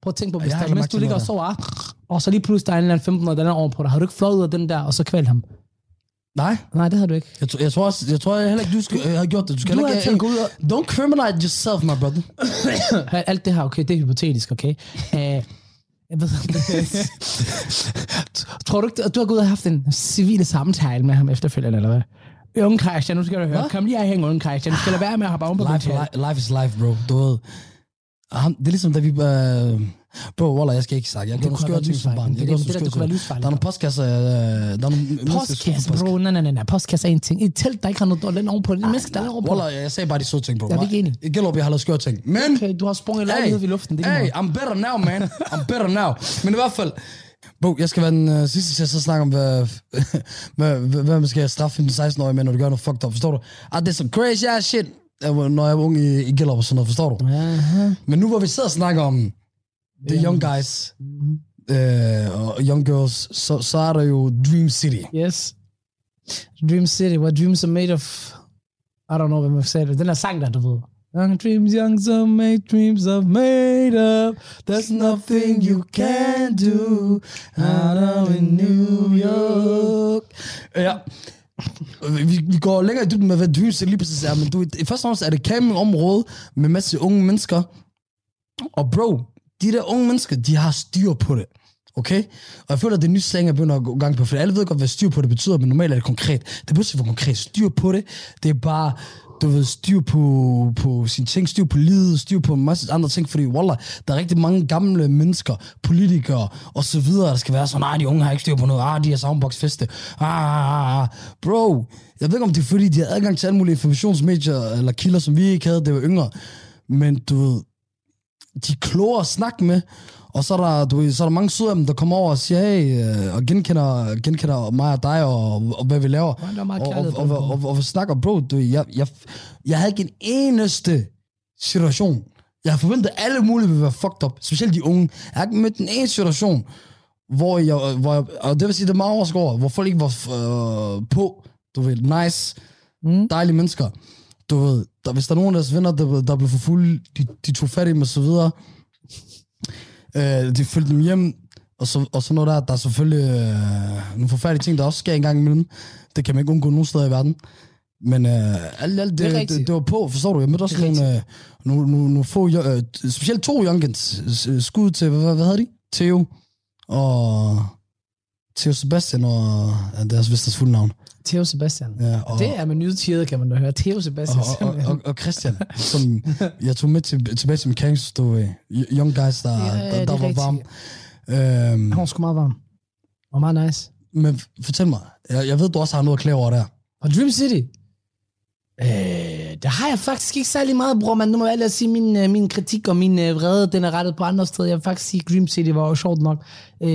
D: Prøv at tænke på,
E: Jeg
D: hvis
E: har
D: der,
E: lagt
D: mens
E: mærke
D: du
E: til
D: ligger og
E: noget
D: sover, ah, og så lige pludselig der er en eller anden 15 år, den er over på dig. Har du ikke fløjet ud af den der, og så kvæl ham?
E: Nej,
D: Nej, det har du ikke.
E: jeg, tror- jeg tror også, jeg tror heller ikke, du skal, jeg har gjort det. Du skal
D: Du
E: heller
D: har
E: ikke,
D: tænkt ud
E: Don't criminalize yourself, my brother.
D: Alt det her, okay, det er hypotetisk, okay? Uh, jeg ved, Tror du ikke, at du har gået ud og haft en civil samtale med ham efterfølgende, eller hvad? Øh, Unge Christian, nu skal du høre.
E: Hvad?
D: Kom lige her hæng, unge Christian. Du skal lade være med at hoppe oven på
E: Life,
D: din
E: life, life is life, bro. Du ved. Ham, det er ligesom, da vi... Øh, Bro, Wallah, jeg skal ikke snakke. Jeg gjorde nogle skøre ting som barn.
D: Det,
E: Jeg
D: er det,
E: gjorde
D: det,
E: sådan
D: der, det
E: skøre
D: kunne være
E: ting.
D: livsfarligt.
E: Der er nogle postkasser, øh, der er nogle
D: Postkasse, bro. Nej, nej, nej, nej. Postkasse er en ting. Et telt, der ikke har noget dårligt ovenpå. Det er mennesker, der er ovenpå.
E: Wallah, jeg sagde bare de søde ting, bro.
D: Jeg er ikke enig.
E: Jeg gælder op, jeg har lavet skøre ting. Men,
D: Okay, du har sprunget
E: hey,
D: lejlighed i luften. Det er
E: hey,
D: hey.
E: I'm better now, man. I'm better now. Men i hvert fald, bro, jeg skal være den øh, sidste til at så snakke om, hvad, hvad, hvad, hvad man skal straffe en 16-årig med, når du gør noget fucked up, forstår du? Ah, det er some crazy ass shit, øh, når jeg var ung i, i Gellerup og sådan noget, forstår du? Men nu hvor vi sidder og snakker om the young guys
D: Mhm.
E: øh, og young girls, så, så er der jo Dream City.
D: Yes. Dream City, what dreams are made of... I don't know, hvad man sagde det. Den der sang der, du ved. Young dreams, young some make dreams are made of. There's nothing you can do out of in New York.
E: Ja. Vi, vi går længere i dybden med, hvad Dream City lige præcis er, men du, i første omgang er det campingområde med en masse unge mennesker. Og bro, de der unge mennesker, de har styr på det. Okay? Og jeg føler, at det nye slang er begyndt at gå gang på, for alle ved godt, hvad styr på det betyder, men normalt er det konkret. Det er pludselig for konkret. Styr på det, det er bare, du ved, styr på, på sine ting, styr på livet, styr på en masse andre ting, fordi wallah, der er rigtig mange gamle mennesker, politikere og så videre, der skal være sådan, nej, de unge har ikke styr på noget, ah, de har soundbox-feste, ah, ah, ah, ah. Bro, jeg ved ikke, om det er fordi, de havde adgang til alle mulige informationsmedier eller kilder, som vi ikke havde, det var yngre. Men du ved, de er kloge at snakke med. Og så er der, du, ved, så er der mange søde af dem, der kommer over og siger, hey, øh, og genkender, genkender mig og dig, og, og hvad vi laver. Og,
D: der er meget
E: og, og,
D: kærlighed på
E: og, og, og, og, snakker, bro, du, ved, jeg, jeg, jeg havde ikke en eneste situation. Jeg har forventet, at alle mulige vil være fucked up, specielt de unge. Jeg har ikke mødt en eneste situation, hvor jeg, hvor jeg, og det vil sige, det er meget overskåret, over, hvor folk ikke var øh, på, du ved, nice, mm. dejlige mennesker. Du ved, der, hvis der er nogen af deres venner, der, der blev for fulde, de, de tog fat i dem og så videre, øh, de følte dem hjem, og så, og så noget der, der er selvfølgelig øh, nogle forfærdelige ting, der også sker en gang imellem. Det kan man ikke undgå nogen steder i verden. Men øh, alt, alt
D: Det er
E: det, det,
D: rigtigt.
E: det, det, var på, forstår du? Jeg mødte også
D: Det er
E: nogle, øh, nogle, nogle, nogle få, øh, specielt to youngins, øh, skud til, hvad, hvad, hvad hedder de? Theo og Theo Sebastian og ja, deres visters fulde navn.
D: Theo Sebastian.
E: Ja, og,
D: Det er med nye tider, kan man da høre. Theo Sebastian.
E: og, og, og, og Christian, som jeg tog med til, tilbage til min kæringsstue. Young guys, der,
D: Ja,
E: ja,
D: ja,
E: der,
D: det
E: der
D: er
E: var
D: rigtigt.
E: varme. Øhm,
D: Han var sgu meget varm. Og meget nice.
E: men fortæl mig, jeg, jeg ved, du også har noget at klage over der.
D: Og Dream City? Øh, det har jeg faktisk ikke særlig meget, bror, men nu må jeg ellers sige, min, øh, min kritik og min øh, vrede, den er rettet på andre steder. Jeg vil faktisk sige, Dream City var jo sjovt nok. Øh,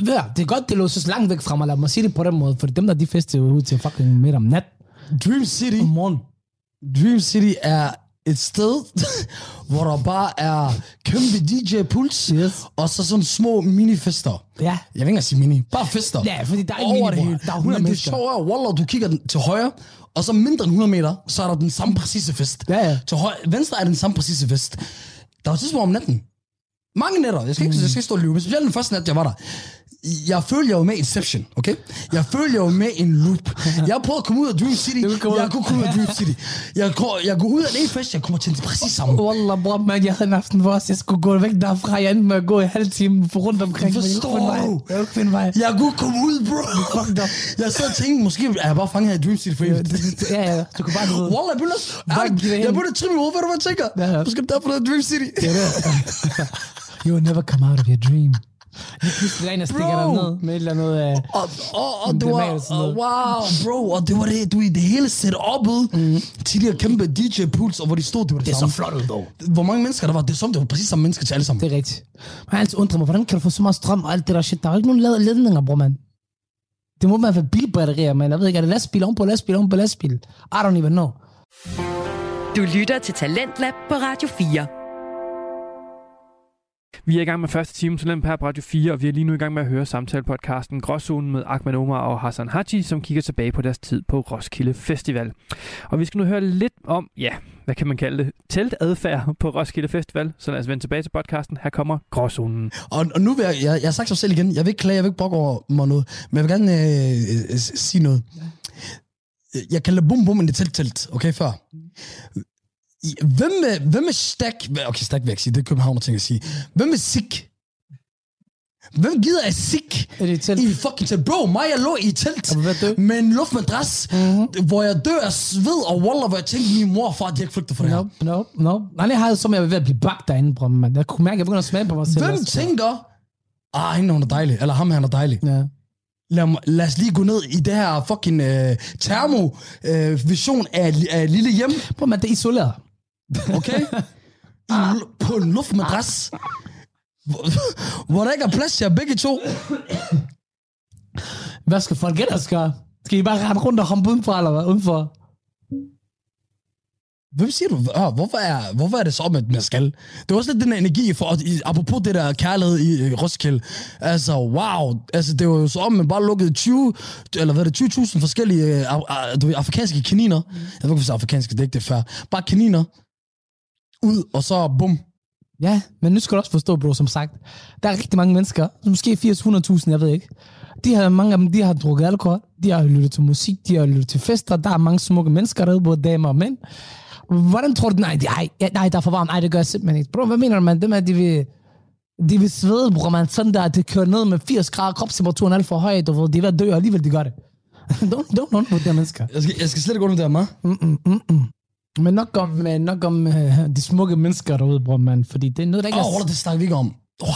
D: ved du, det er godt, det lå så langt væk fra mig, lad mig sige det på den måde, for dem der, de fester jo ud til fucking midt om nat
E: Dream City,
D: om morgenen.
E: Dream City er et sted, hvor der bare er kæmpe DJ-puls,
D: Yes.
E: og så sådan små minifester.
D: Ja.
E: Jeg vil ikke engang sige mini. Bare fester.
D: Ja, fordi der er ikke mini, bror. Der er 100
E: Men det
D: mennesker.
E: sjove er, Wallah, du kigger den til højre, og så mindre end 100 meter, så er der den samme præcise fest.
D: Ja, ja.
E: Til højre, venstre er den samme præcise fest. Der var tidspunkt om natten. Mange nætter. Jeg skal ikke, jeg skal ikke stå og lyve, men specielt den første nat, jeg var der. Jeg følte, jeg var med i Inception, okay? Jeg følte, jeg var med i en loop. Jeg prøvede at komme ud af Dream City.
D: Du kom ud.
E: Jeg kunne komme ud af Dream City. Jeg, går, jeg går ud af den ene fest, jeg kommer til den præcis samme.
D: Wallah, bror, man, jeg havde en aften, hvor også jeg skulle gå væk derfra. Jeg endte med at gå i halv time rundt omkring. men
E: Forstår
D: Jeg kunne ikke finde vej.
E: du?
D: Jeg kunne ikke finde vej.
E: Jeg kunne ikke komme ud, bro. Jeg sad og tænkte, måske er jeg bare fanget her i Dream City for evigt.
D: Ja, ja, du kunne bare gå ud.
E: Wallah, jeg begynder,
D: Bare giv det
E: jeg,
D: hen.
E: jeg begynder at trimme i hovedet, hvad du hvad jeg tænker.
D: Ja, ja.
E: Måske derfor, der er Dream City.
D: Det er det. you will never come out of your dream. Det er pludselig en, der stikker
E: Bro!
D: dig ned med et eller andet øh, af...
E: Og, og, og det
D: Det
E: var,
D: maler sådan noget.
E: og, wow, Ah, bro, Ah, og det var det, du i det hele setup'et mm. til de her kæmpe DJ-puls, og hvor de stod, det var det, det samme.
D: flot ud, dog.
E: Hvor mange mennesker der var, det er som, det var præcis samme mennesker til alle sammen.
D: Det er rigtigt. Men jeg har altid undret mig, hvordan kan du få så meget strøm og alt det der shit? Der er jo ikke nogen lad- ledninger, bror, mand. Det må man være bilbatterier, mand. Jeg ved ikke, er det lastbil ovenpå lastbil ovenpå lastbil? I don't even know.
B: Du lytter til Talentlab på Radio 4.
C: Vi er i gang med første time til her på Radio 4, og vi er lige nu i gang med at høre samtalepodcasten Gråzonen med Ahmed Omar og Hassan Haji, som kigger tilbage på deres tid på Roskilde Festival. Og vi skal nu høre lidt om, ja, hvad kan man kalde det, teltadfærd på Roskilde Festival. Så lad os vende tilbage til podcasten. Her kommer Gråzonen.
E: Og, og nu vil jeg, jeg, jeg har sagt mig selv igen, jeg vil ikke klage, jeg vil ikke brokke over mig noget, men jeg vil gerne øh, øh, s- sige noget. Øh, Jeg kalder bum bum en telt-telt, okay, før. I- Hvem med, hvem med stak, okay, stak vil jeg ikke sige, det er København, ting at sige. Hvem med sik? Hvem gider at sik
D: Er det et telt?
E: i fucking telt? Bro, mig, jeg lå i et telt
D: Er du ved at dø?
E: med en luftmadras, mm-hmm. hvor jeg dør af sved og wallah, hvor jeg tænkte, min mor og far, de har ikke flygtet fra det her.
D: Nope, nope, nope. Nej, jeg havde som, jeg var ved at blive bagt derinde, bro, mand. Jeg kunne mærke, at jeg begyndte at smage på mig selv.
E: Hvem tænker, ah, hende hun er dejlig, eller ham her, han er dejlig.
D: Ja.
E: Lad, mig, lad os lige gå ned i det her fucking øh, termo-vision af, af lille hjem,
D: Bro, man, det er isoleret.
E: okay? I, en lu- på en luftmadras, hvor, hvor der ikke er plads til jer begge to.
D: Hvad skal folk ellers gøre? Skal I bare rende rundt og hoppe udenfor, eller hvad? Udenfor?
E: Hvem siger du? Ah, hvorfor, er, hvorfor er det så, at man skal? Det er også lidt den her energi, for, og i- apropos det der kærlighed i øh, Roskilde. Altså, wow. Altså, det var jo så om, man bare lukkede 20, eller hvad er det, 20.000 forskellige øh, af, af, du ved, afrikanske kaniner. Jeg ved ikke, hvis afrikanske, det er ikke det er fair. Bare kaniner. Ud, og så bum.
D: Ja, men nu skal du også forstå, bro, som sagt. Der er rigtig mange mennesker, måske 80-100.000, jeg ved ikke. De har, mange af dem, de har drukket alkohol, de har lyttet til musik, de har lyttet til fester, der er mange smukke mennesker derude, både damer og mænd. Hvordan tror du, nej, det- ej, ja, nej, der er for varmt, nej, det gør jeg simpelthen ikke. Bro, hvad mener du, man? Dem er, de vil, de vil svede, bror, man, sådan der, det kører ned med 80 grader, kropstemperaturen er alt for højt, og de er ved at dø, og alligevel de gør det. don't, don't undervurdere mennesker.
E: Jeg skal, jeg skal slet ikke under det her,
D: Men nok om, øh, nok om øh, de smukke mennesker derude, bror, man, fordi det er noget, der ikke
E: Åh,
D: er
E: oh, det snakker vi ikke om. Wow.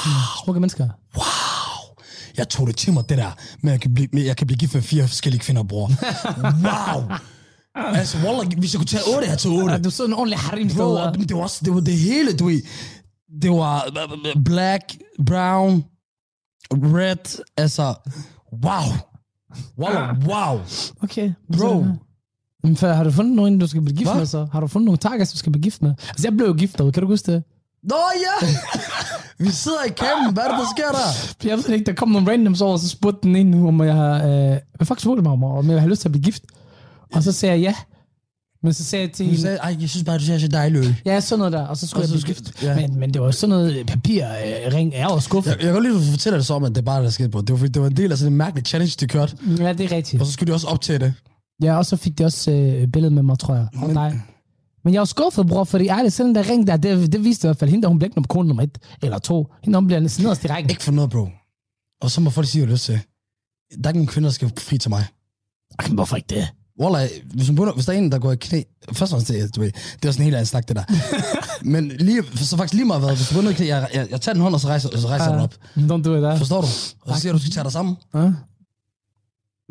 D: smukke mennesker.
E: Wow. Jeg tog det til mig, det der, men jeg kan blive, med, jeg kan blive gift med fire forskellige kvinder, bror. Wow. Altså, wallah, hvis jeg kunne tage otte, jeg tog otte.
D: Ja, du så en ordentlig harim
E: Bro,
D: derude.
E: og det var, også, det var det hele, du ved. Det var øh, black, brown, red, altså, wow. Wow, wow.
D: Okay.
E: Bro,
D: Men før, har du fundet nogen, du skal blive gift
E: Hvad?
D: med så? Har du fundet nogle takkers, du skal blive gift med? Altså, jeg blev jo gift derude, kan du huske det?
E: nå ja! Vi sidder i kampen, hvad er det, der sker der?
D: Jeg ved ikke, der kom nogle randoms over, og så spurgte den ene, om jeg har... Øh, hvad fuck spurgte mig om, om jeg har lyst til at blive gift? Og så sagde jeg ja. Men så sagde jeg til
E: Du
D: hende,
E: sagde, ej, jeg synes bare, du ser så dejlig ud.
D: ja, sådan noget der, og så skulle
E: Og
D: jeg
E: så
D: blive
E: skulle-
D: gift.
E: ja.
D: Men, men det var jo sådan noget papir, øh, ring, jeg var skuffet.
E: Jeg, jeg kan godt lide, at du fortæller det så om, at det er bare, der skete på. Det var, fordi det var en del af sådan en mærkelig challenge, de kørte.
D: Ja, det er rigtigt.
E: Og så skulle de også op til det.
D: Ja, og så fik de også øh, billedet med mig, tror jeg. Og
E: Men-
D: dig. Men jeg var skuffet, bror, fordi ærligt, sådan der ring der, det, det viste i hvert fald, hende der, hun blev ikke nummer kone nummer et eller to. Hende hun bliver næsten nederst i rækken.
E: Ikke for noget, bro. Og så må folk sige, hvad de har lyst til. Der er ikke nogen kvinder, der skal fri til mig.
D: Ej, hvorfor ikke det?
E: Wallah, hvis, man begynder, hvis der er en, der går i knæ... Først og fremmest, det, er- du ved, det er også en helt anden snak, det der. Men lige, så faktisk lige meget hvad, hvis du begynder i knæ, jeg, jeg, jeg tager den hånd, og så rejser, så rejser jeg den op.
D: Don't do it, da.
E: Forstår du? Og så siger du, du skal tage dig sammen.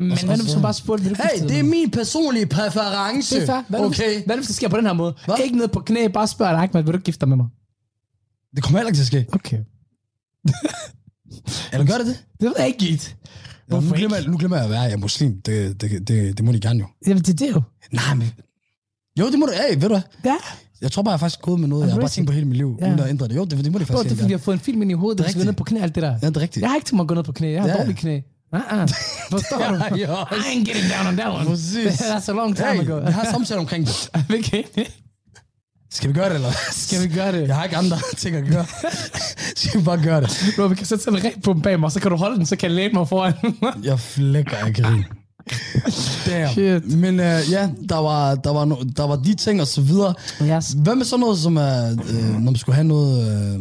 D: Men hvad nu, hvis hun bare spurgte, vil du
E: Hey,
D: gifte dig
E: det er
D: med mig?
E: min personlige præference.
D: det er fair. Hvad nu,
E: okay.
D: okay. hvad nu, hvis det sker på den her måde?
E: Hvad?
D: Hva? Ikke ned på knæ, bare spørg dig, Ahmed, vil du ikke gifte dig med mig?
E: Det kommer heller ikke til at ske.
D: Okay.
E: Eller gør det det?
D: Det ved jeg ikke, Git.
E: Ja, nu,
D: Hvorfor
E: glemmer,
D: ikke?
E: jeg- nu glemmer jeg at være, jeg er muslim. Det, det, det, det må de gerne jo.
D: Jamen, det er det jo.
E: Nej, men... Jo, det må du... Hey, ved du hvad?
D: Ja.
E: Jeg tror bare, jeg har faktisk gået med noget. Jeg har bare
D: Embrace
E: tænkt på hele mit liv,
D: Ja.
E: uden at ændre det. Jo, det, det må de
D: Bro, det
E: faktisk
D: er,
E: helt
D: fordi
E: gerne.
D: vi har fået en film ind i hovedet, der skal
E: Rigtigt.
D: ned på knæ, alt det der.
E: Ja, det er rigtigt.
D: Jeg har ikke tænkt mig at gå ned på knæ. Jeg har
E: Ja.
D: dårlige knæ. Uh-uh. Forstår du?
E: jeg også.
D: I ain't getting down on that one.
E: Præcis.
D: That's a long time
E: Hey,
D: ago.
E: vi har samtale omkring det.
D: Okay.
E: Skal vi gøre det, eller?
D: Skal vi gøre det?
E: Jeg har ikke andre ting at gøre. Skal vi bare gøre det?
D: Bro, vi kan sætte sådan en ring på den bag mig, så kan du holde den, så kan jeg læne mig foran.
E: Jeg flækker af grin. Damn.
D: Shit.
E: Men øh, ja, der var, der, var no, der var de ting og så videre.
D: yes.
E: Hvad med sådan noget, som er, øh, når man skulle have noget, øh,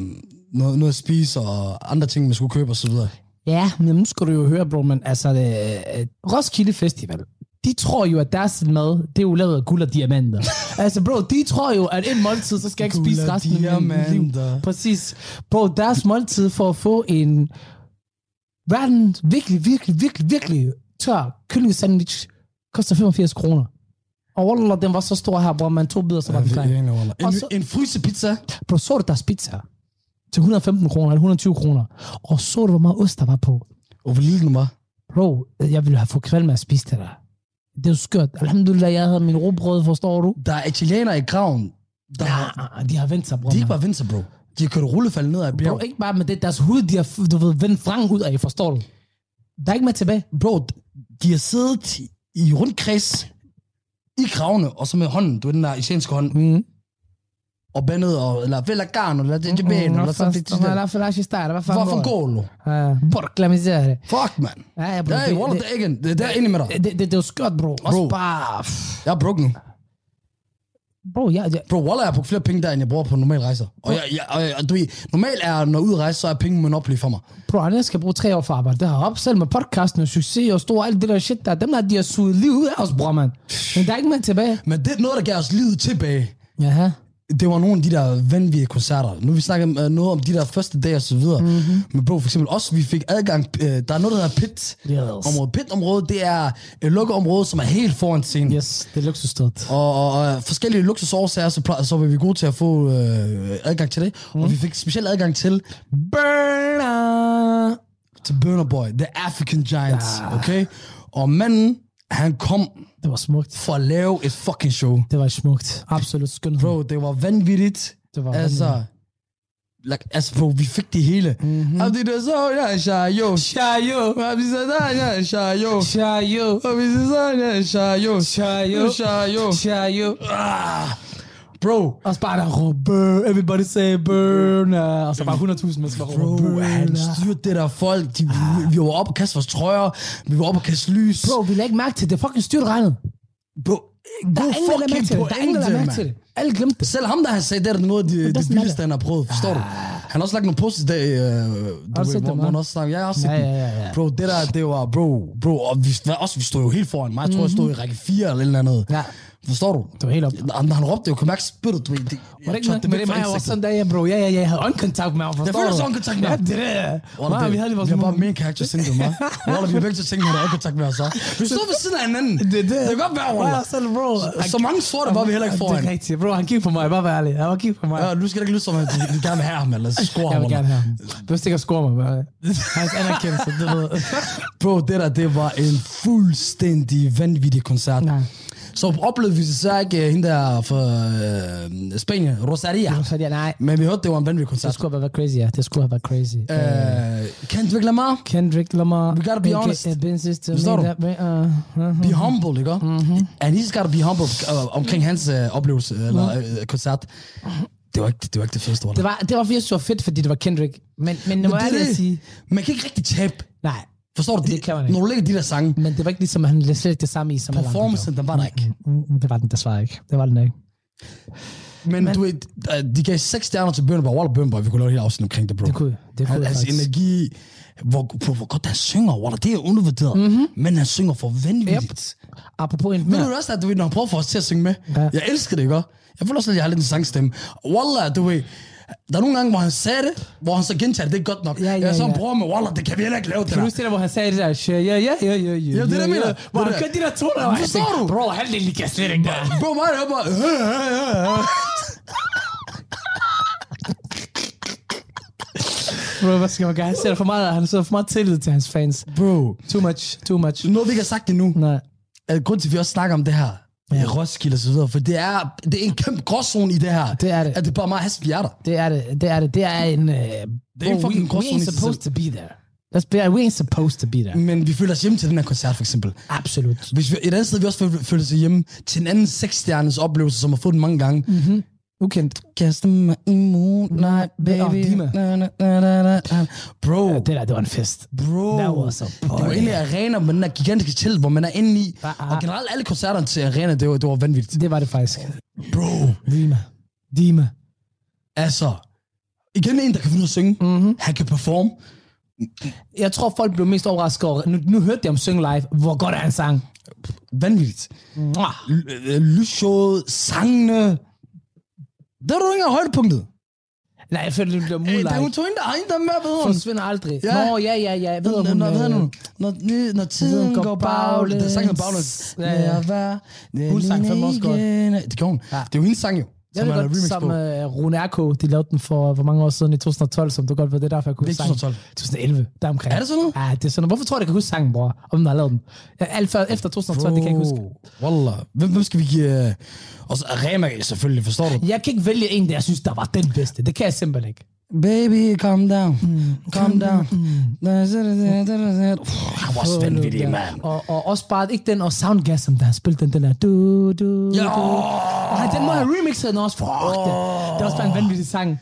E: noget, noget at spise og andre ting, man skulle købe og så videre?
D: Ja, men nu skal du jo høre, bro, men altså, det, øh, Roskilde Festival, de tror jo, at deres mad, det er jo lavet af guld og diamanter. altså, bro, de tror jo, at en måltid, så skal jeg ikke
E: Guld
D: spise
E: og
D: resten af mit liv.
E: diamanter.
D: Præcis. Bro, deres måltid for at få en verdens virkelig, virkelig, virkelig, virkelig tør kyllingesandwich, koster 85 kroner. Og wallah, den var så stor her, hvor man to bidder, så var den klar. Og
E: En,
D: så-
E: en frysepizza?
D: Bro, så du deres pizza? Til 115 kroner eller 120 kroner. Og så du, hvor meget ost der var på.
E: Og hvor lille den var?
D: Bro, jeg ville have fået kvalme med at spise det der. Det er jo skørt. Alhamdulillah, jeg havde min robrød, forstår du?
E: Der er italienere i graven. Der,
D: Ja,
E: ja.
D: de har vendt sig, bror.
E: De er
D: mand.
E: ikke bare vinter, bro. De har kørt rullefald ned ad
D: Bro,
E: bjerg.
D: ikke bare med det. Deres hud, de har du ved, vendt vrang ud af, forstår du? Der er ikke mere tilbage.
E: Bro, de har siddet i rundkreds i gravene, og så med hånden, du ved den der italienske hånd,
D: Mm.
E: og bandet, og, eller vel garn, eller det er
D: Mm,
E: ben, eller sådan det. det der. Hvorfor går du?
D: Pork, lad mig sige det.
E: Fuck, man.
D: Ja, ja, bro,
E: Hey,
D: det,
E: Waller, det
D: det,
E: er ikke en. Det er der enig med dig.
D: det, det, det er jo skørt, bro.
E: Bro.
D: Også bare... pff,
E: Jeg er broke nu.
D: Bro, jeg, jeg,
E: Bro, Walla, jeg har brugt flere penge der, end jeg bruger på normale rejser. Og, jeg, jeg, og, jeg, og du ved, normalt er, når jeg er ude at rejse, så er penge monopoly for mig.
D: bro, jeg skal bruge tre år for at arbejde det her op, selv med podcasten og succes og stor alt det der shit der. Dem der, de har suget lige ud af os, bror, mand. Men der er ikke mere tilbage.
E: Men det er noget, der gav os livet tilbage.
D: Jaha.
E: det var nogle af de der vanvittige koncerter. Nu har vi snakket øh, noget om de der første dage og så videre.
D: Mhm.
E: Mm-hmm. Men bro, for eksempel også, vi fik adgang, øh, der er noget, der hedder pit
D: altså-
E: området. Pit området, det er et lukket område, som er helt foran scenen.
D: Yes, det er luksusstedet.
E: Og, og, og, øh, forskellige luksusårsager, så, pla- så var vi gode til at få øh, adgang til det. Mm. Og vi fik speciel adgang til
D: Burner!
E: til Burner Boy, The African Giants,
D: Ah.
E: ja. okay? Og manden, han kom
D: Det var smukt.
E: for at lave et fucking show.
D: Det var smukt. Absolut skønhed.
E: Bro, det var vanvittigt.
D: Mm. Det var
E: altså, like, altså, bro, vi fik det hele.
D: Mhm.
E: Mm-hmm. Abdi, det så, ja, shayo.
D: Shayo.
E: Abdi, så, ja, shayo.
D: Shayo.
E: Abdi, så, ja, shayo.
D: Shayo.
E: Shayo.
D: Shayo.
E: Ah. Bro,
D: Og så bare der råbe, everybody say burner. Og så bare 100.000 mennesker der råber,
E: bro, han
D: burner.
E: styrte det der folk. De, vi, vi var oppe og kaste vores trøjer. Vi var oppe og kaste lys.
D: Bro, vi lagde ikke mærke til det. Det er fucking styrt regnet.
E: bro
D: Der
E: god
D: er ingen, der lagde mærke
E: fucking
D: til det. Der er ingen, der lagde mærke til
E: mand.
D: det. Alle glemte det.
E: Selv ham, der han sagde, det er da noget af det, det
D: doesn't
E: vildeste,
D: matter.
E: han har prøvet, forstår du? Han har også lagt nogle posts i dag, øh, du
D: set
E: ved,
D: dem,
E: hvor hvor han
D: hva'?
E: også snakker. Ja, jeg har også set
D: Ja,
E: dem.
D: ja, ja, ja.
E: Bro, det der, det var, bro, bro, og vi, hvad- også, vi stod jo helt foran mig. Jeg tror, jeg stod i række 4 eller et eller andet.
D: Ja.
E: Forstår du?
D: Det var helt op.
E: Han, han råbte, jeg kunne mærke spyttet, du ved. Det,
D: Var det ikke
E: tørte
D: nok med
E: væk
D: det,
E: fra
D: mig var
E: ansigtet.
D: sådan der, ja, bro, ja, ja, ja, jeg havde øjenkontakt med ham, forstår
E: føler
D: du?
E: også øjenkontakt med
D: Ja,
E: ham.
D: det er det.
E: Wallah,
D: Nej,
E: det-
D: vi havde lige vores
E: Det er
D: mund.
E: bare min karakter single, man. Wallah, vi har begge to tænkt, at der er kontakt med os, så. Vi stod ved siden af hinanden.
D: Det er det.
E: Det kan godt være, Wallah.
D: Ja, selv, bro.
E: Så mange sorte var vi heller ikke
D: Det
E: foran.
D: er rigtigt, bro, han gik på mig, bare vær ærlig. Han gik på mig.
E: Ja, nu skal det ikke lyde som, at de, de gerne vil have ham, eller score
D: Jeg
E: ham.
D: vil
E: eller-
D: gerne have ham. Du stikker score mig, bare. Hans anerkendelse, det ved
E: Bro, det der, det var en fuldstændig vanvittig koncert.
D: Nej.
E: Så oplevede vi så ikke øh, hende der fra øh, Spanien, Rosaria.
D: Så jeg, nej.
E: Men vi hørte, det var en vanvittig
D: Det
E: koncert.
D: skulle have været crazy, ja. Det skulle have været crazy.
E: Øh, Kendrick Lamar,
D: Kendrick Lamar.
E: we gotta be honest. Forstår
D: Forstår
E: du?
D: du?
E: be
D: Mhm.
E: humble, ikke? Mm-hmm. And he's gotta be humble øh, omkring hans øh, oplevelse, eller øh, koncert. Det var ikke det, var ikke det fedeste,
D: Mhm. Det
E: var,
D: var, det var virkelig så fedt, fordi det var Kendrick. Men, men nu er det at sige...
E: Man kan ikke rigtig tabe.
D: Nej,
E: Forstår du?
D: Det
E: De-
D: kan man ikke.
E: Når du lægger de der sange,
D: men det var ikke ligesom, at han slet ikke det samme i som alle andre
E: performancen, den var der ikke.
D: gjorde. Mm, mm, Det var den desværre ikke. Det var den ikke. Mhm.
E: Men, du ved, øh, de gav seks stjerner til Bønberg. Walla Bønberg, vi kunne lave et helt afsnit omkring det, bro.
D: Det kunne, det kunne
E: Han,
D: jeg
E: hans
D: faktisk.
E: energi, hvor, hvor, hvor godt han synger, Walla, det er undervurderet.
D: Mhm.
E: Mm-hmm. Men han synger for vanvittigt. Yep.
D: Apropos en
E: Ved du også, at du ved, når han prøver at få os til at synge med?
D: Ja.
E: Jeg elsker det, ikke? Jeg føler også, at jeg har lidt en sangstemme. Walla, du ved, der er nogle gange, hvor han sagde det, hvor han så gentager det, det er godt nok.
D: Ja, ja,
E: jeg så en
D: ja.
E: bror med, Walla, det kan vi heller ikke lave det
D: Kan du
E: der.
D: huske det der, hvor han sagde det der, ja, ja, ja, ja, ja,
E: Ja, det der mener jeg.
D: Hvor
E: Det
D: han
E: der.
D: kørte de der toner, og jeg
E: Forstår
D: tænkte,
E: du?
D: bro, halvdelen kan jeg slet ikke der.
E: Bro, mig er bare... Øh, øh, øh, øh.
D: Bro, hvad skal man gøre? Han sætter for meget, han sætter for meget tillid til hans fans.
E: Bro,
D: Too much, too much.
E: noget vi ikke har sagt endnu.
D: Nej.
E: at grund til, at vi også snakker om det her, ja. Roskilde og så videre, for det er, det er en kæmpe gråzone i det her.
D: Det er det.
E: At det bare er meget hastigt, vi er der.
D: Det er det. Det er det. Det er en... Uh, det
E: er en fucking
D: we, we
E: gråzone i
D: ain't
E: sig
D: supposed to be there. Let's be, we ain't supposed to be there.
E: Men vi føler os hjemme til den her koncert, for eksempel.
D: Absolut.
E: Hvis vi, et andet sted, vi også føl- føler os hjemme til en anden seksstjernes oplevelse, som har fået den mange gange. Mm.
D: Mm-hmm. Ukendt.
E: Kaste mig i moonlight,
D: Åh,
E: baby.
D: Dima.
E: Na, na, na, na, na. Bro,
D: Det der, det var en fest.
E: bro.
D: That was a
E: Det var
D: party.
E: inde i arenaer med den der gigantiske telt, hvor man er inde i.
D: Ah, ah.
E: Og generelt alle koncerterne til arena, det var, det var vanvittigt.
D: Det var det faktisk.
E: Bro,
D: Dima. Dima.
E: altså. Igen en, der kan finde ud af at synge. Mm-hmm. Han kan performe.
D: Jeg tror, folk blev mest overrasket over... Nu, nu hørte de om Syng Live. Hvor godt er en sang?
E: Vanvittigt.
D: Mwah.
E: L- øh, lysshowet, sangene. Der er du ikke engang højdepunktet.
D: Nej, jeg følte, det blev
E: Hey, det er hun
D: moonlight.
E: tog hende, der har hende der med, ved hun.
D: Forsvinder aldrig.
E: Ja.
D: Nå, ja, ja, ja. Jeg ved,
E: Når,
D: hun,
E: når,
D: øh,
E: ved hun, når, når, når tiden går baglæns. Det er sangen baglæns.
D: Ja, ja.
E: Lad være
D: Hun sang fandme også godt.
E: alene. Det gjorde hun.
D: Ja.
E: Det er jo hendes sang jo.
D: Jeg
E: Som øh,
D: ved
E: man har
D: godt,
E: remix
D: som
E: på.
D: uh, Rune Erko, de lavede den for hvor mange år siden i 2012, som du godt ved, det er derfor, jeg kunne
E: Det er
D: huske sangen.
E: 2012.
D: 2011, der omkring.
E: Er det sådan noget?
D: Ja, det er sådan noget. Hvorfor tror du, jeg kan huske sangen, bror? Om den har lavet den. Ja, alt før, efter 2012, det kan jeg ikke huske.
E: Bro, Oh, Wallah. Hvem, hvem skal vi give... øh, Og så Rema, selvfølgelig, forstår du?
D: Jeg kan ikke vælge en, der jeg synes, der var den bedste. Det kan jeg simpelthen ikke.
E: Baby, calm down. Calm down. Uff, Mm. Han var også vanvittig, mand.
D: Og, og også bare ikke den, og Soundgasm, der har spillet den, den der du, du,
E: Ja.
D: du. Nej, den må jeg remixet den også. Fuck det. Det er også bare en vanvittig sang.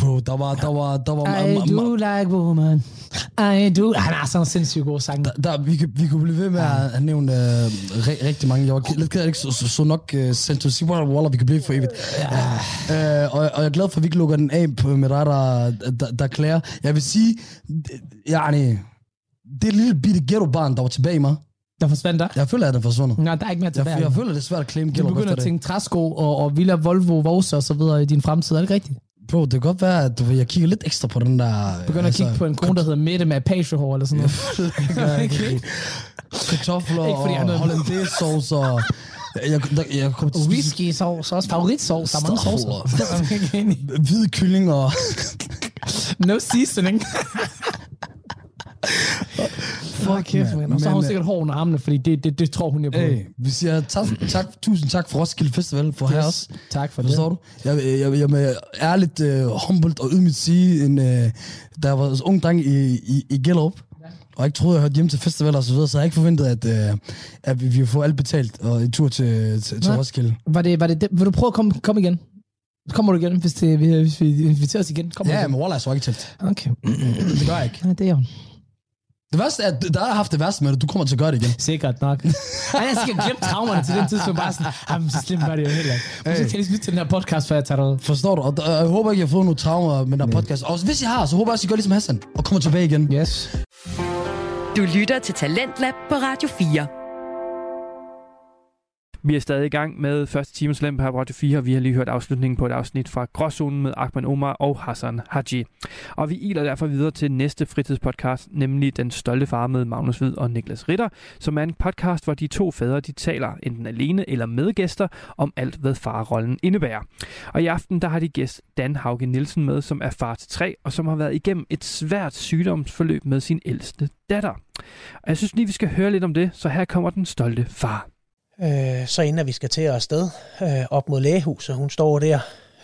E: Bro, der var... Der var, der var
D: I do like woman. Ej, du, han har sådan en sindssygt god sang.
E: Der, der, vi, kan, vi kunne blive ved med at have nævnt øh, re, rigtig mange. Jeg var ked- lidt ked af, at jeg ikke så, så, så nok øh, Santos Sibora Waller, vi kan blive for evigt. Ja. Øh, og, og jeg er glad for, at vi ikke lukker den af på, med dig, der, der, der klager. Jeg vil sige, det- ja, nej, det lille bitte ghetto-barn, der var tilbage i mig,
D: Der forsvandt der.
E: jeg føler, at den er forsvundet.
D: Nej, der er ikke mere
E: Jeg,
D: tilbage.
E: jeg føler, det er svært at claim
D: du
E: Gellerup
D: begynder
E: efter
D: at
E: det.
D: tænke træsko og, og Villa, Volvo, Vose og så videre i din fremtid. Er det ikke rigtigt?
E: Bro, det kan godt være, at du ved, jeg kigger lidt ekstra på den der...
D: Begynder altså, at kigge på en kone, der hedder Mette med apagehår eller sådan noget.
E: okay. Kartofler
D: Ikke fordi han er-
E: og hollandaise sauce og... Jeg, jeg, jeg, jeg kommer til at spise
D: Whisky sovs, også favoritsovs. Der er mange
E: Stop.
D: sovser. Det er man ikke enig i.
E: hvid kylling og...
D: No seasoning. Fuck øh, kæft, man. Og så har hun
E: Men,
D: sikkert hår under armene, fordi det, det, det tror hun jo på.
E: Hey, vi siger tak, tak, tusind tak for Roskilde Festival for yes. her også.
D: Tak for det.
E: Forstår du? Jeg, jeg, jeg vil ærligt uh, humbled og ydmygt sige, en, uh, da jeg var ung dreng i, i, i Gellerup, og ikke troede, jeg hørte hjemme til festivaler og så videre, så havde jeg ikke forventet, at, uh, at vi ville få alt betalt og en tur til, til, til
D: Nej.
E: Roskilde.
D: Var det, var det, det, vil du prøve at komme, komme igen? Kommer du igen, hvis, det, hvis vi inviterer os igen? Kommer
E: Ja,
D: du igen?
E: men Waller er så ikke tælt.
D: Okay.
E: Det gør jeg ikke.
D: Ja, det er jo
E: Det værste er, at der har haft det værste med det. Du kommer til at gøre det igen.
D: Sikkert nok. Han har sikkert glemt traumerne til den tid, som bare sådan, jamen, så slemt var det jo heller ikke. Men så kan jeg lige lytte til den her podcast, før jeg tager derud.
E: Forstår du? Og der- jeg håber ikke, jeg har fået nogle traumer med den her podcast. Og hvis jeg har, så håber jeg også, I gør ligesom Hassan og kommer tilbage igen.
D: Yes.
B: Du lytter til Talentlab på Radio 4.
C: Vi er stadig i gang med første times lem på Radio 4, og vi har lige hørt afslutningen på et afsnit fra Gråzonen med Ahmed Omar og Hassan Haji. Og vi iler derfor videre til næste fritidspodcast, nemlig Den Stolte Far med Magnus Hvid og Niklas Ritter, som er en podcast, hvor de to fædre de taler enten alene eller med gæster om alt, hvad farrollen indebærer. Og i aften der har de gæst Dan Hauge Nielsen med, som er far til tre, og som har været igennem et svært sygdomsforløb med sin ældste datter. Og jeg synes lige, vi skal høre lidt om det, så her kommer Den Stolte Far.
F: Øh, så inden at vi skal til at afsted øh, op mod lægehuset, hun står der,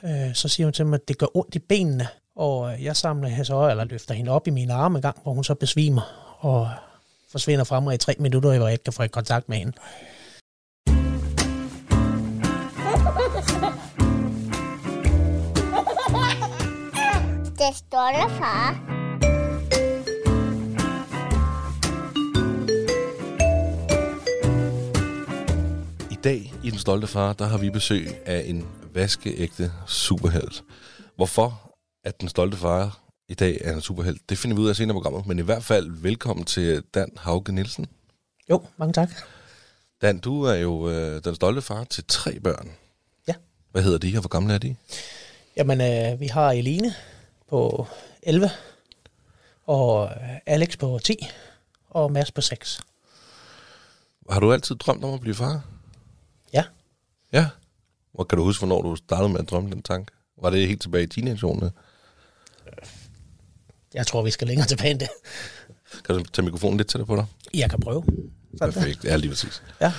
F: øh, så siger hun til mig, at det gør ondt i benene. Og øh, jeg samler hende så, eller løfter hende op i mine arme en gang, hvor hun så besvimer og forsvinder fra mig i tre minutter, hvor jeg ikke kan få i kontakt med hende.
G: Det står der, far.
H: I dag i Den Stolte Far, der har vi besøg af en vaskeægte superhelt. Hvorfor at Den Stolte Far i dag er en superhelt, det finder vi ud af senere i programmet. Men i hvert fald velkommen til Dan Hauke Nielsen.
F: Jo, mange tak.
H: Dan, du er jo øh, Den Stolte Far til tre børn.
F: Ja.
H: Hvad hedder de, og hvor gamle er de?
F: Jamen, øh, vi har Eline på 11, og øh, Alex på 10, og Mads på 6.
H: Har du altid drømt om at blive far?
F: Ja,
H: Ja. Hvor kan du huske, hvornår du startede med at drømme den tanke? Var det helt tilbage i teenageårene?
F: jeg tror, vi skal længere tilbage end det.
H: Kan du tage mikrofonen lidt tættere på dig?
F: Jeg kan prøve. Sådan der.
H: Perfekt, ja lige præcis.
F: Ja.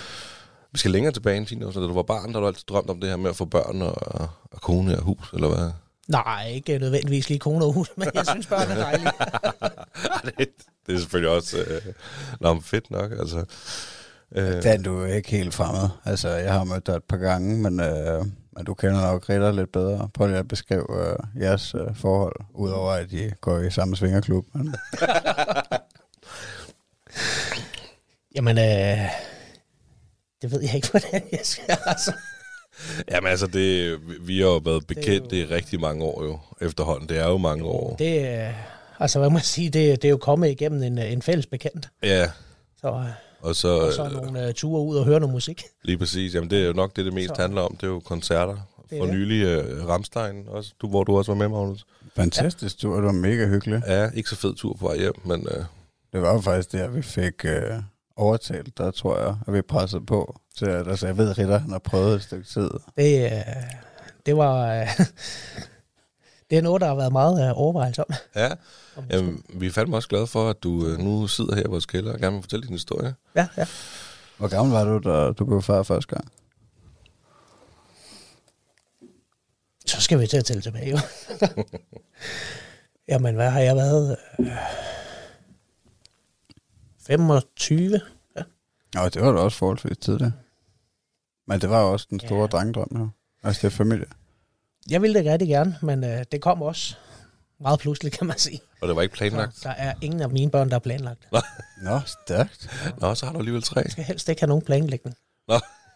H: Vi skal længere tilbage end teenager, så da du var barn, der du altid drømt om det her med at få børn og, og kone og hus, eller hvad?
F: Nej, ikke nødvendigvis lige kone og hus, men jeg synes bare, det er dejligt.
H: Ah, det, det er selvfølgelig også øh, nå, men fedt nok, altså. Øh,
I: Den du er jo ikke helt fremmed. Altså, jeg har mødt dig et par gange, men, øh, men du kender nok Ritter lidt bedre. Prøv lige at beskrive øh, jeres øh, forhold, udover at I går i samme svingerklub. Men,
F: Jamen, øh, det ved jeg ikke, hvordan jeg skal. Altså.
H: jamen altså, det, vi- vi har jo været bekendt det i rigtig mange år jo, efterhånden. Det er jo mange år.
F: Det, øh, altså, hvad må jeg sige, det, det er jo kommet igennem en, øh, en fælles bekendt.
H: Ja,
F: Så, øh,
H: og
F: og
H: så,
F: så
H: øh,
F: nogle øh, ture ud og høre noget musik.
H: lige præcis, jamen det er jo nok det, det mest
F: Så-
H: handler om, det er jo koncerter.
F: Det er
H: For
F: det.
H: nylig øh, Ramstein, også, du, hvor du også var med, Magnus.
I: fantastisk tur, det var mega hyggeligt.
H: Ja, ikke så fed tur på vej hjem, men øh,
I: Det var jo faktisk der, vi fik øh, overtalt, der tror jeg, at vi pressede på. Så at, altså, jeg ved, at Ritter han har prøvet et stykke tid.
F: Det, øh, det var... Øh, det er noget, der har været meget øh, overvejelse om.
H: ja, Jamen, vi er fandme også glade for, at du øh, nu sidder her i vores kælder og gerne vil fortælle din historie.
F: Ja, ja.
I: Hvor gammel var du, da du blev far første gang?
F: Så skal vi til at tælle tilbage, jo. Jamen, hvad har jeg været? Øh, 25?
I: Nå, det var da også forholdsvis tidligt. Men det var jo også den store
F: Ja.
I: ja. drengedrøm, jo. Altså, det er familie.
F: Jeg ville det rigtig gerne, men øh, det kom også Meget pludseligt, kan man sige.
H: Og det var ikke planlagt.
F: Så der er ingen af mine børn, der er planlagt.
I: Nå, stærkt.
H: Nå, så har du alligevel tre.
F: Jeg skal helst ikke have nogen planlægning.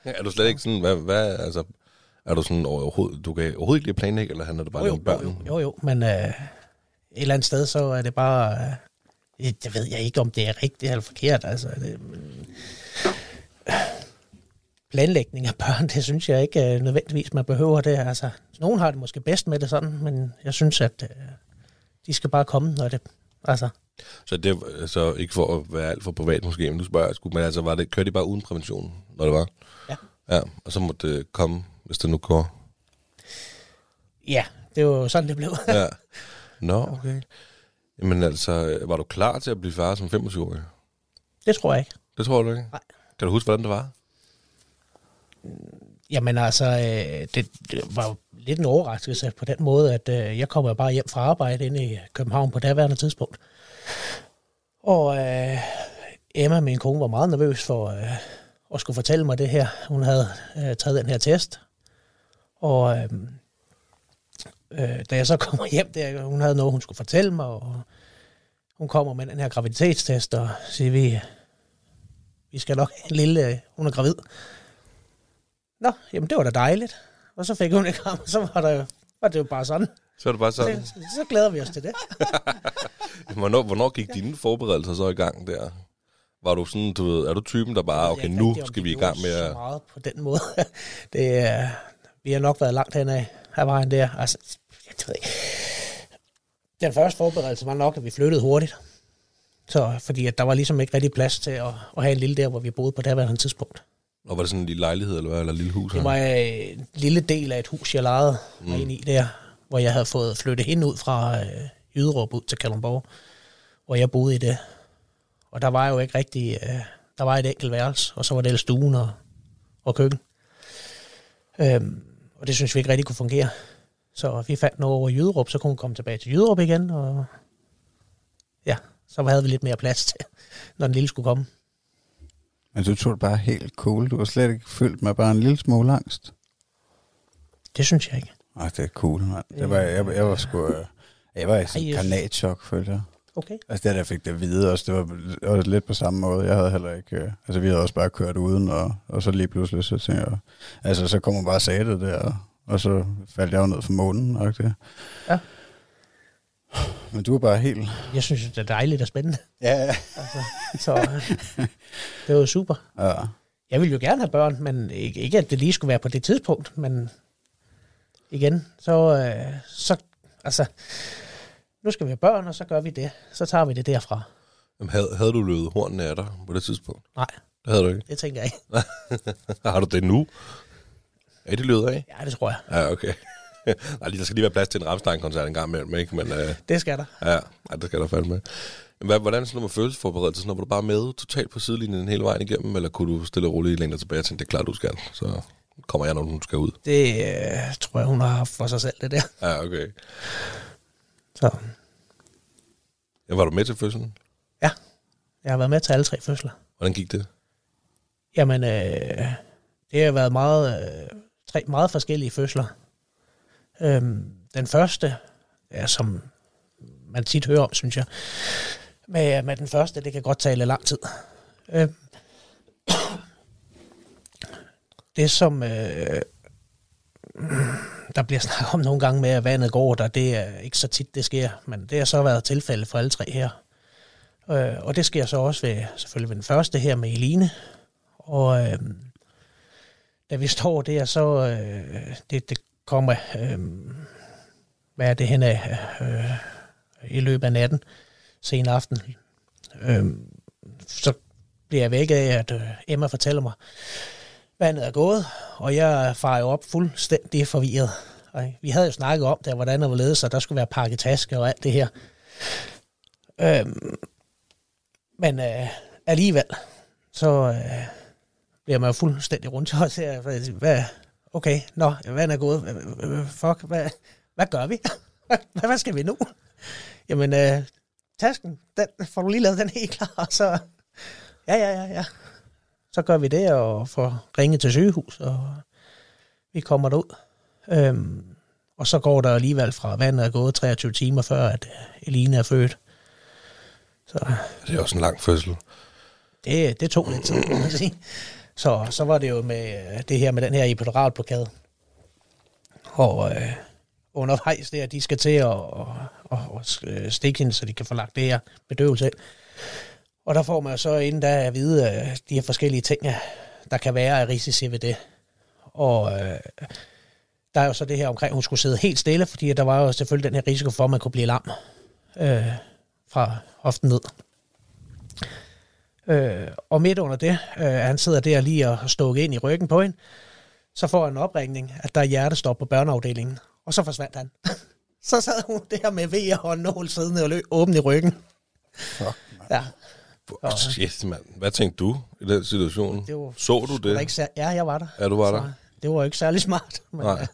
H: Er du slet ikke sådan, hvad, hvad altså, er du sådan overhovedet, du kan overhovedet ikke lide at planlægge, eller handler det bare
F: jo,
H: om børn?
F: Jo, jo, jo, men øh, et eller andet sted, så er det bare... Øh, jeg- det ved jeg ikke, om det er rigtigt eller forkert. Altså, det, men, øh, planlægning af børn, det synes jeg ikke øh, nødvendigvis, man behøver det. Altså, nogen har det måske bedst med det sådan, men jeg synes, at øh, de skal bare komme, når det... Altså,
H: Så det er så ikke for at være alt for privat måske, men du spørger, jeg sgu, men altså, var det, kørte de bare uden prævention, når det var?
F: Ja.
H: Ja, og så måtte det komme, hvis det nu går.
F: ja, det var jo sådan, det blev.
H: Ja. Nå, okay. Jamen altså, var du klar til at blive far som 25-årig?
F: det tror jeg ikke.
H: Det tror du ikke?
F: Nej.
H: Kan du huske, hvordan det var?
F: Jamen altså, øh, det, det var jo lidt en overraskelse på den måde, at øh, jeg kommer jo bare hjem fra arbejde inde i København på daværende tidspunkt. Og øh, Emma, min kone, var meget nervøs for øh, at skulle fortælle mig det her. Hun havde øh, taget den her test. Og øh, øh, da jeg så kommer hjem der, hun havde noget, hun skulle fortælle mig, og hun kommer med den her graviditetstest og siger, vi, vi skal nok have en lille, øh, hun er gravid. Nå, jamen det var da dejligt. Og så fik hun et kram, og så var, der jo, var det jo bare sådan.
H: Så er det bare sådan,
F: Det, så glæder vi os til det.
H: hvornår, hvornår gik dine forberedelser så i gang der? Var du sådan, du ved, er du typen, der bare, Ah, okay,
F: Jeg ved
H: nu
F: ikke rigtig, om
H: skal vi i
F: gjorde
H: gang med
F: så
H: at...
F: meget på den måde. Det, er- vi har nok været langt henad af vejen der. Altså, jeg ved ikke. Den første forberedelse var nok, at vi flyttede hurtigt. Så, fordi at der var ligesom ikke rigtig plads til at, at have en lille der, hvor vi boede på daværende tidspunkt.
H: Og var det sådan en lille lejlighed, eller hvad, eller et lille hus?
F: Det var øh, en lille del af et hus, jeg lejede mig ind
I: Mm.
F: i der, hvor jeg havde fået flyttet hende ud fra øh, Jyderup ud til Kalundborg, hvor jeg boede i det. Og der var jo ikke rigtig... Øh, der var et enkelt værelse, og så var det ellers stuen og, og køkken. Øhm, og det synes vi ikke rigtig kunne fungere. Så vi fandt noget over i Jyderup, så kunne hun komme tilbage til Jyderup igen, og ja, så havde vi lidt mere plads til, når den lille skulle komme.
I: Men du tog det bare helt cool. Du var slet ikke fyldt med bare en lille smule angst.
F: Det synes jeg ikke.
I: Ej, det er cool, mand. Det var, jeg, jeg var sgu... øh, Jeg var i sådan
F: Ej,
I: en
F: jeg-
I: granatchok, følte jeg.
F: øh, Okay.
I: Altså det, der fik det at vide også, det var, det var lidt på samme måde. Jeg havde heller ikke... øh, Altså vi havde også bare kørt uden, og, og så lige pludselig så tænkte jeg... Altså så kom hun bare og sagde det der, og, og så faldt jeg jo ned fra månen, og det.
F: Ja.
I: Men du var bare helt...
F: Jeg synes, det er dejligt og spændende.
I: Ja, ja.
F: Så øh, det var jo super.
I: ja.
F: Jeg ville jo gerne have børn, men ikke, ikke at det lige skulle være på det tidspunkt, men igen, så, øh, så altså, nu skal vi have børn, og så gør vi det. Så tager vi det derfra.
H: Jamen, havde, havde du løbet hornene af dig på det tidspunkt?
F: Nej,
H: Det havde du ikke.
F: det tænker jeg ikke.
H: Har du det nu? Er det løbet af?
F: Ja, det tror jeg.
H: Ja, okay. Nej, lige- der skal lige være plads til en Rammstein-koncert en gang imellem, ikke? Men øh,
F: Det skal der.
H: ja, ja, det skal der fandme. Men Hvad, hvordan sådan noget med følelsesforberedelse? Sådan noget, var du bare med totalt på sidelinjen hele vejen igennem, eller kunne du stille og roligt længere tilbage og tænke, det er klart, du skal, så kommer jeg, når du skal ud.
F: Det øh, tror jeg, hun har haft for sig selv, det der.
H: Ja, okay.
F: Så
H: Ja, var du med til fødslen?
F: ja, jeg har været med til alle tre fødsler.
H: Hvordan gik det?
F: Jamen, øh, det har været meget, øh, tre meget forskellige fødsler. Øhm, den første, ja, som man tit hører om, synes jeg, med, med den første, det kan godt tage lidt lang tid. Øhm, det, som øh, der bliver snakket om nogle gange med, at vandet går der, det er ikke så tit, det sker, men det har så været tilfældet for alle tre her. Øh, og det sker så også ved, selvfølgelig ved den første her med Eline, og øh, da vi står der, så øh, det, det kommer, øh, hvad er det hen af, øh, i løbet af natten, sen aften, øh, så bliver jeg vækket af, at øh, Emma fortæller mig, vandet er gået, og jeg farer jo op fuldstændig forvirret. Ej, Vi havde jo snakket om det, hvordan og hvorledes, og der skulle være pakketaske og alt det her. Øhm, men øh, alligevel, så øh, bliver man jo fuldstændig rundt og ser, hvad- hvad, okay, nå, hvad er gået, Hvad- hvad- fuck, hvad, hvad gør vi? hvad, hvad skal vi nu? Jamen, øh, tasken, den får du lige lavet den helt klar, og så, ja, ja, ja, ja. Så gør vi det og får ringet til sygehus, og vi kommer derud. Øhm, Og så går der alligevel fra vandet er gået 23 timer før, at øh, Eline er født. Så
H: Det er også en lang fødsel.
F: det, det tog lidt tid, kan man sige. Så, så var det jo med øh, det her med den her epiduralblokade. Og øh, undervejs der, de skal til at og, og, og øh, stikke hende, så de kan få lagt det her bedøvelse ind. Og der får man jo så inden da at vide øh, de her forskellige ting, øh, der kan være af risici ved det. Og øh, der er jo så det her omkring, at hun skulle sidde helt stille, fordi der var jo selvfølgelig den her risiko for, at man kunne blive lam øh, fra hoften ned. Øh, og midt under det, øh, han sidder der lige og stukket ind i ryggen på hende, så får han en opringning, at der er hjertestop på børneafdelingen. Og så forsvandt han. så sad hun der med vejer og en nål siddende og løb åben i ryggen. Fuck, ja,
H: Oh, shit, mand. Hvad tænkte du i den situation?
F: det var,
H: Så du
F: var
H: det?
F: ikke sær- ja, jeg var der. øh,
H: Ja, du var der.
F: Det var jo ikke særlig smart. Men,
H: Nej.
F: øh,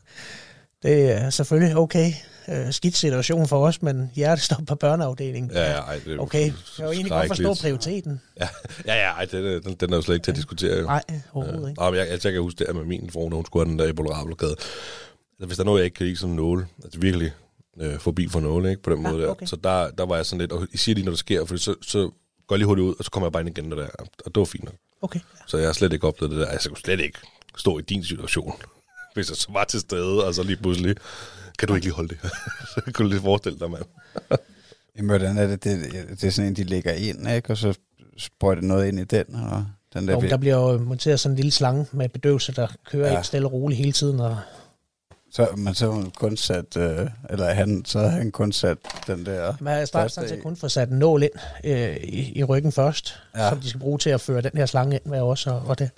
F: Det er selvfølgelig okay. Øh, skidt situation for os, men hjertestop på børneafdelingen.
H: Ja, ja, ej, det er
F: Okay, jeg kan jo egentlig godt forstå
H: skrækkeligt.
F: prioriteten.
H: Ja, ja, ja ej, den, er- den, den er jo slet ikke til at diskutere. Jo.
F: Nej, overhovedet
H: Ja.
F: ikke.
H: Nej, men jeg, altså, jeg kan huske det her med min frue, når hun skulle have den der ebola-blokade. Altså, hvis der er noget, jeg ikke kan lide som nåle, altså virkelig øh, forbi for nåle, ikke? På den
F: Ah,
H: måde der.
F: okay.
H: Så der, der var jeg sådan lidt, og I siger lige, når det sker, for så, så går jeg lige hurtigt ud, og så kommer jeg bare ind igen, når det er. Og det var fint nok.
F: Okay,
H: Så jeg har slet ikke oplevet det der. Altså, jeg kunne slet ikke stå i din situation, hvis jeg så var til stede, og så lige pludselig, kan du ikke lige holde det? så kunne du lige forestille dig, mand.
I: Jamen, hvordan er det? Det, det er sådan en, de lægger ind, ikke? Og så sprøjter noget ind i den, og den der...
F: Jo, men der bliver jo monteret sådan en lille slange med bedøvelse, der kører
I: Ja.
F: ja. ikke stille og roligt hele tiden. Og,
I: Så, men så har hun kun sat, øh, eller han, så havde han kun sat den der...
F: man har
I: Første
F: straks sådan
I: i.
F: set kun fået sat en nål ind øh, i, i, ryggen først,
I: Ja.
F: ja. som de skal bruge til at føre den her slange ind med også. Og, og det.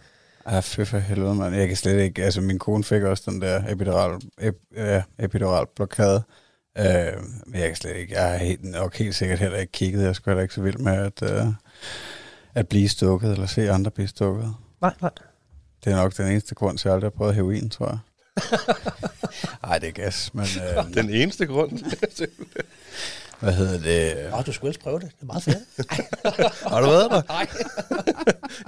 I: Ah, fy for helvede, mand. Jeg kan slet ikke... Altså, min kone fik også den der epidural, ep, øh, epidural blokade. Øh, men jeg kan slet ikke... Jeg har helt, nok helt sikkert heller ikke kigget. Jeg skulle heller ikke så vild med at, øh, at blive stukket, eller se andre blive stukket.
F: Nej, nej.
I: Det er nok den eneste grund til, at jeg aldrig har prøvet heroin, tror jeg. Ej, det er gas, men øh,
H: Den eneste grund.
I: hvad hedder det?
F: Nå, du skulle ellers prøve det. Det er meget fedt.
H: har du været der? Nej.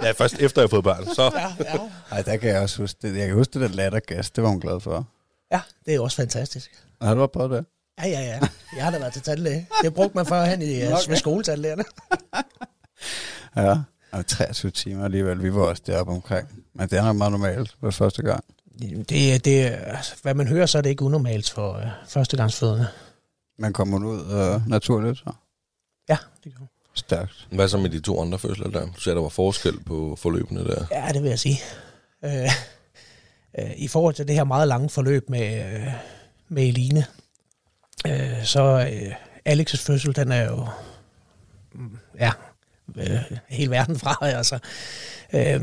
H: ja, først efter jeg har fået børn, så...
F: ja, ja.
I: Ej, der kan jeg også huske det. Jeg kan huske det der lattergas, det var hun glad for.
F: ja, det er også fantastisk.
I: Har du også prøvet det?
F: Ja, ja, ja. Jeg har da været til tandlæge. Det brugte man førhen i, okay. med skoletandlægerne.
I: Ja. Og 23 timer alligevel, vi var også deroppe omkring. Men det er nok meget normalt for første gang.
F: Det, det, altså, hvad man hører, så er det ikke unormalt for øh, førstegangsfødende.
I: Man kommer ud øh, naturligt, så
F: Ja, det gør man.
I: stærkt.
H: Hvad så med de to andre fødsler der? Du sagde, der var forskel på forløbene der.
F: Ja, det vil jeg sige. Øh, øh, I forhold til det her meget lange forløb med, øh, med Eline, øh, så øh, Alex' fødsel, den er jo mm, ja, øh, hele verden fra. Altså. Øh,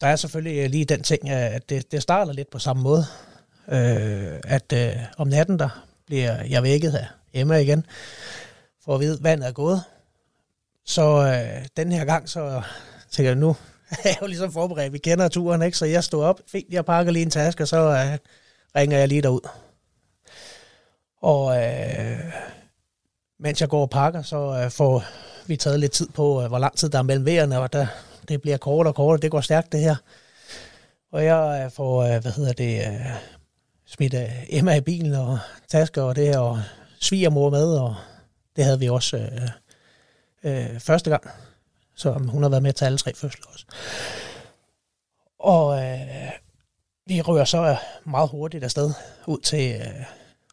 F: der er selvfølgelig øh, lige den ting, at det, det starter lidt på samme måde. Øh, at øh, om natten, der bliver jeg vækket af Emma igen, for at vide, at vandet er gået. Så øh, den her gang, så tænker jeg, nu er jeg jo ligesom forberedt. Vi kender turen, ikke? Så jeg stod op, fint, jeg pakker lige en taske, og så øh, ringer jeg lige derud. Og øh, mens jeg går og pakker, så øh, får vi taget lidt tid på, øh, hvor lang tid der er mellem vejerne, og der, det bliver kortere og kortere. Det går stærkt, det her. Og jeg øh, får, øh, hvad hedder det, øh, smidt øh, Emma i bilen og tasker og det her, og svigermor med, og det havde vi også øh, øh, første gang. Så hun har været med til alle tre fødsler også. Og øh, vi rører så meget hurtigt afsted ud til øh,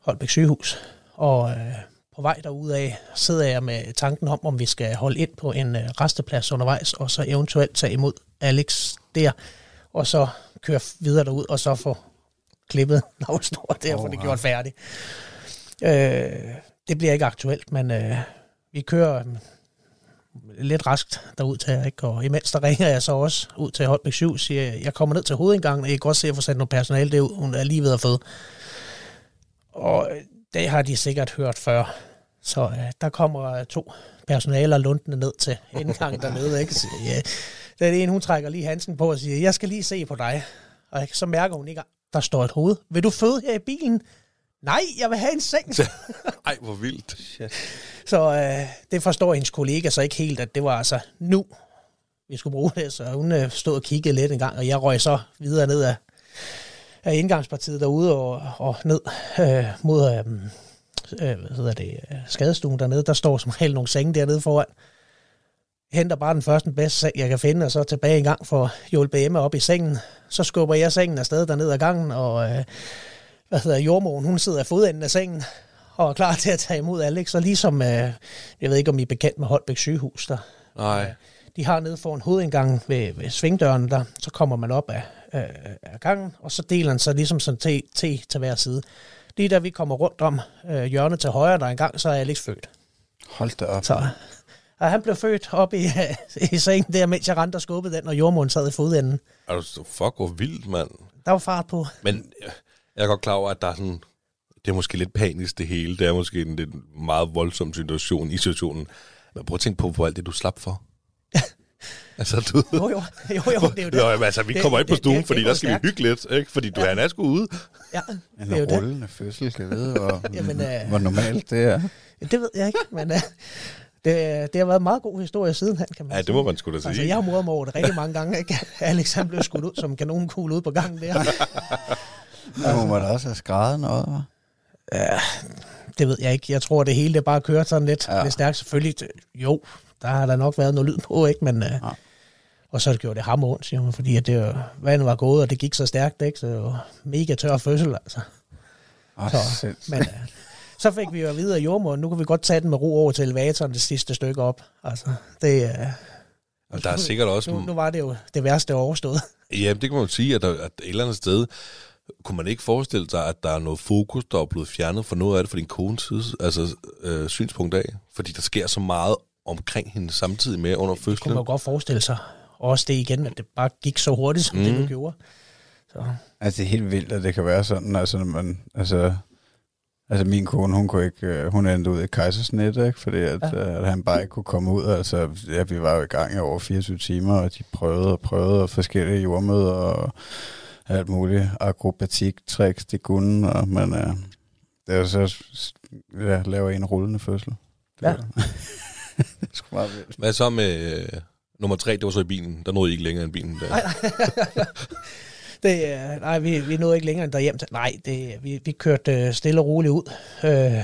F: Holbæk sygehus. Og øh, på vej derudaf sidder jeg med tanken om, om vi skal holde ind på en øh, resteplads undervejs, og så eventuelt tage imod Alex der, og så køre videre derud, og så få klippet navstor der, og få det gjort færdigt. Øh, det bliver ikke aktuelt, men øh, vi kører øh, lidt raskt derud til, ikke? og imens der ringer jeg så også ud til Holbæk 7, siger jeg, jeg kommer ned til hovedindgangen, og jeg kan godt se, at jeg får sat noget personale derud, hun er lige ved at føde. Og øh, det har de sikkert hørt før. Så øh, der kommer øh, to personaler lundende ned til indgangen dernede, ikke? Så, ja. Den ene, hun trækker lige handsken på og siger, jeg skal lige se på dig. Og jeg- så mærker hun ikke, at der står et hoved. Vil du føde her i bilen? Nej, jeg vil have en seng.
H: Ej, hvor vildt.
F: Så øh, det forstår hendes kollega så ikke helt, at det var altså nu, vi skulle bruge det. Så hun øh, stod og kiggede lidt en gang, og jeg røg så videre ned ad af indgangspartiet derude og, og ned øh, mod øh, øh, hvad hedder det, øh, skadestuen dernede. Der står som regel nogle senge dernede foran. Jeg henter bare den første den bedste seng, jeg kan finde, og så tilbage en gang for hjælpe Emma op i sengen. Så skubber jeg sengen afsted dernede ad gangen, og øh, hvad hedder jordmoren, hun sidder i fodenden af sengen og er klar til at tage imod Alex. Så ligesom, øh, jeg ved ikke om I er bekendt med Holbæk sygehus, der
H: Nej.
F: de har nede foran hovedindgangen ved, ved svingdøren, der, så kommer man op af, øh, af gangen, og så deler den sig ligesom sådan til, til, til hver side. Lige da vi kommer rundt om øh, hjørnet til højre, der er en gang, så er Alex født.
I: Hold da op.
F: Så og han blev født op i, i sengen der, mens jeg rendte og skubbede den, og jordmoren sad i fodenden.
H: Er du, fuck, hvor vildt, mand.
F: Der var fart på.
H: Men øh, jeg er godt klar over, at der er sådan... Det er måske lidt panisk, det hele. Det er måske en lidt meget voldsom situation i situationen. Men prøv at tænke på, hvor alt det, du slap for. altså, du...
F: Jo, jo, jo, jo det er jo det.
H: Nå, jamen, altså, vi
F: Det-
H: kommer ikke på
F: det-
H: stuen,
F: det-
H: fordi
F: det
H: der
F: går
H: skal vi
F: stærkt.
H: hygge lidt, ikke? Fordi du er en asko ude.
F: Ja,
I: En
F: det er jo det.
I: rullende fødsel, kan vide, hvor,
F: Jamen, øh.
I: hvor normalt det er.
F: Det ved jeg ikke, men uh, det, det har været en meget god historie sidenhen, kan man
H: Ja, det må man sgu da sige.
F: Altså, jeg har mordet mig over det rigtig mange gange, ikke? Alex, han blev skudt ud som en kanonkugle ude på gangen der.
I: Der må man da også have skræddet noget, hva'?
F: Det ved jeg ikke. Jeg tror, det hele det bare kørt sådan lidt, ja. lidt stærkt. Selvfølgelig, det- jo, der har der nok været noget lyd på, ikke? Men, ja. Og så gjorde det ham ondt, siger man, fordi at det, jo- vandet var gået, og det gik så stærkt, ikke? Så det var mega tør fødsel, altså.
I: Åh,
F: Så-
I: sindssygt.
F: Men øh, så fik vi jo at vide af jordmoren, nu kan vi godt tage den med ro over til elevatoren det sidste stykke op. Altså, det, øh,
H: Og der er sikkert også...
F: nu, nu var det jo det værste overstået.
H: Ja, det kan man jo sige, at, der, at et eller andet sted kunne man ikke forestille sig, at der er noget fokus, der er blevet fjernet fra noget af det fra din kones side, altså øh, synspunkt af, fordi der sker så meget omkring hende samtidig med under
F: Det kunne man
H: fødslen.
F: jo godt forestille sig. Og også det igen, at det bare gik så hurtigt, som mm. det nu gjorde.
I: Altså, det er helt vildt, at det kan være sådan, altså, når man, altså, altså min kone, hun kunne ikke, øh, hun endte ud i kejsersnit, ikke? Fordi at, ja. at, han bare ikke kunne komme ud, altså, ja, vi var jo i gang i over 24 timer, og de prøvede og prøvede, og forskellige jordmøder, og alt muligt akrobatik, tricks, det kunne, og, men øh, det er så, ja, laver en rullende fødsel. Det,
F: Ja.
I: er- det er sgu meget vildt.
H: Hvad så med øh, nummer tre, det var så i bilen, der nåede I ikke længere end bilen der.
F: Nej, Det, øh, nej, vi, vi nåede ikke længere end derhjem. Til. Nej, det, vi, vi kørte øh, stille og roligt ud. Øh,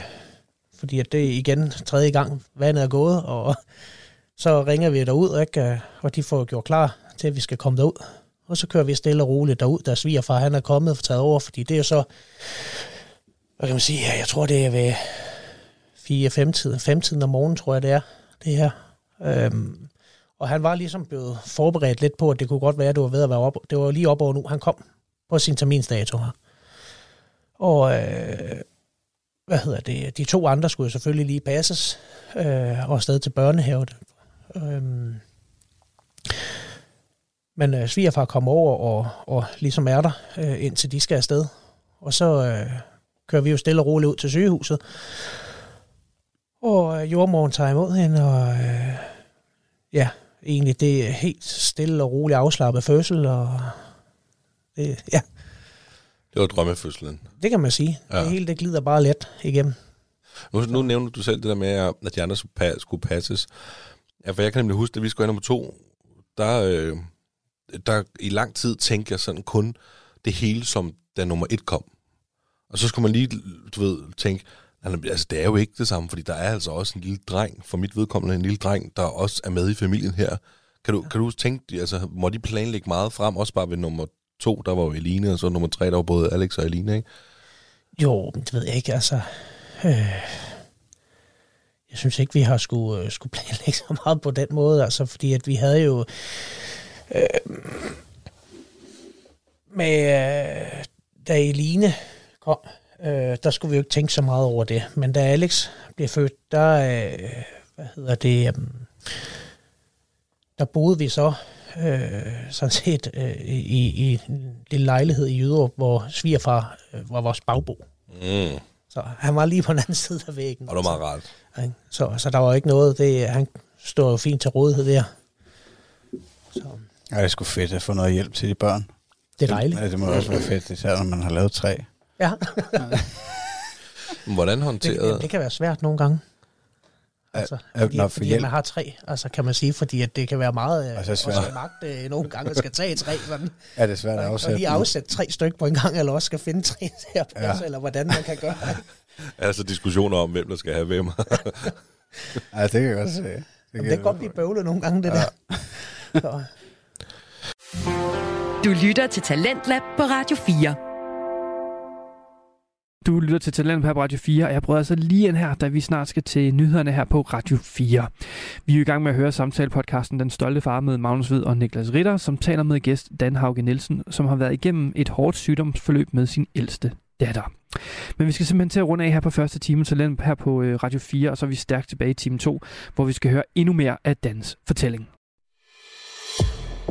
F: fordi at det er igen tredje gang, vandet er gået, og så ringer vi derud, ikke? Øh, og de får gjort klar til, at vi skal komme derud. Og så kører vi stille og roligt derud, der svigerfar han er kommet og taget over, fordi det er jo så, hvad kan man sige, jeg tror det er ved 4-5 tiden, 5 tiden om morgenen, tror jeg det er, det her. Øhm, og han var ligesom blevet forberedt lidt på, at det kunne godt være, at det var ved at være op. Det var lige op over nu, han kom på sin terminsdato her. Og øh, hvad hedder det? De to andre skulle jo selvfølgelig lige passes øh, og afsted til børnehave. Øhm, men øh, svigerfar kom over og, og ligesom er der, øh, indtil de skal afsted. Og så øh, kører vi jo stille og roligt ud til sygehuset. Og øh, jordmoren tager imod hende, og øh, ja, egentlig det er helt stille og roligt afslappet fødsel, og det, ja,
H: Det var drømmefødslen.
F: det kan man sige. Ja.
H: Ja.
F: Det hele det glider bare let igennem.
H: Nu, nu nævner du selv det der med, at de andre skulle pa- skulle passes. Ja, for jeg kan nemlig huske, da vi skulle have nummer to, der, øh, der i lang tid tænkte jeg sådan kun det hele, som da nummer et kom. Og så skulle man lige, du ved, tænke, "Nej, nej, altså det er jo ikke det samme, fordi der er altså også en lille dreng, for mit vedkommende en lille dreng, der også er med i familien her. Kan du, kan du tænke, de- altså må de planlægge meget frem, også bare ved nummer to, der var jo Eline, og så nummer tre, der var både Alex og Eline, ikke?
F: Jo, men det ved jeg ikke, altså... Øh, jeg synes ikke, vi har skulle, øh, skulle planlægge så meget på den måde, altså, fordi at vi havde jo... Øh, med, øh, da Eline kom, øh, der skulle vi jo ikke tænke så meget over det, men da Alex blev født, der... Øh, hvad hedder det... Øh, der boede vi så øh, sådan set øh, i, i en lille lejlighed i Jyderup, hvor svigerfar øh, var vores bagbo.
H: Mm.
F: Så han var lige på den anden side af væggen.
H: Og det var meget rart.
F: Ja, ikke? Så, så der var ikke noget. Det, han stod jo fint til rådighed der. Så
I: Ej, det er sgu fedt at få noget hjælp til de børn.
F: det er dejligt.
I: Ja, det må også være fedt, især når man har lavet tre.
F: Ja,
H: Hvordan
F: det,
H: håndterede...
F: det kan være svært nogle gange. Altså,
I: er-
F: fordi,
I: nå, for
F: fordi
I: hjælp.
F: man har tre, altså kan man sige, fordi at det kan være meget øh,
I: Altså,
F: altså,
I: svært.
F: også magt øh, nogle gange, at skal tage tre sådan.
I: Er det svært at
F: Og, og
I: afsætte?
F: lige
I: den?
F: afsætte tre stykker på en gang, eller også skal finde tre her på, ja. eller hvordan man kan gøre det.
H: Altså diskussioner om, hvem der skal have hvem.
I: Ej, det kan jeg godt se. Det
F: Jamen, det kan godt blive bøvlet nogle gange, det ja. der. Så,
B: Du lytter til Talentlab på Radio 4.
C: Du lytter til Talent her på Radio 4, og jeg prøver altså lige en her, da vi snart skal til nyhederne her på Radio 4. Vi er jo i gang med at høre samtalepodcasten Den Stolte Far med Magnus Hvid og Niklas Ritter, som taler med gæst Dan Hauge Nielsen, som har været igennem et hårdt sygdomsforløb med sin ældste datter. Men vi skal simpelthen til at runde af her på første time Talent her på øh, Radio 4, og så er vi stærkt tilbage i time 2, hvor vi skal høre endnu mere af Dans fortælling.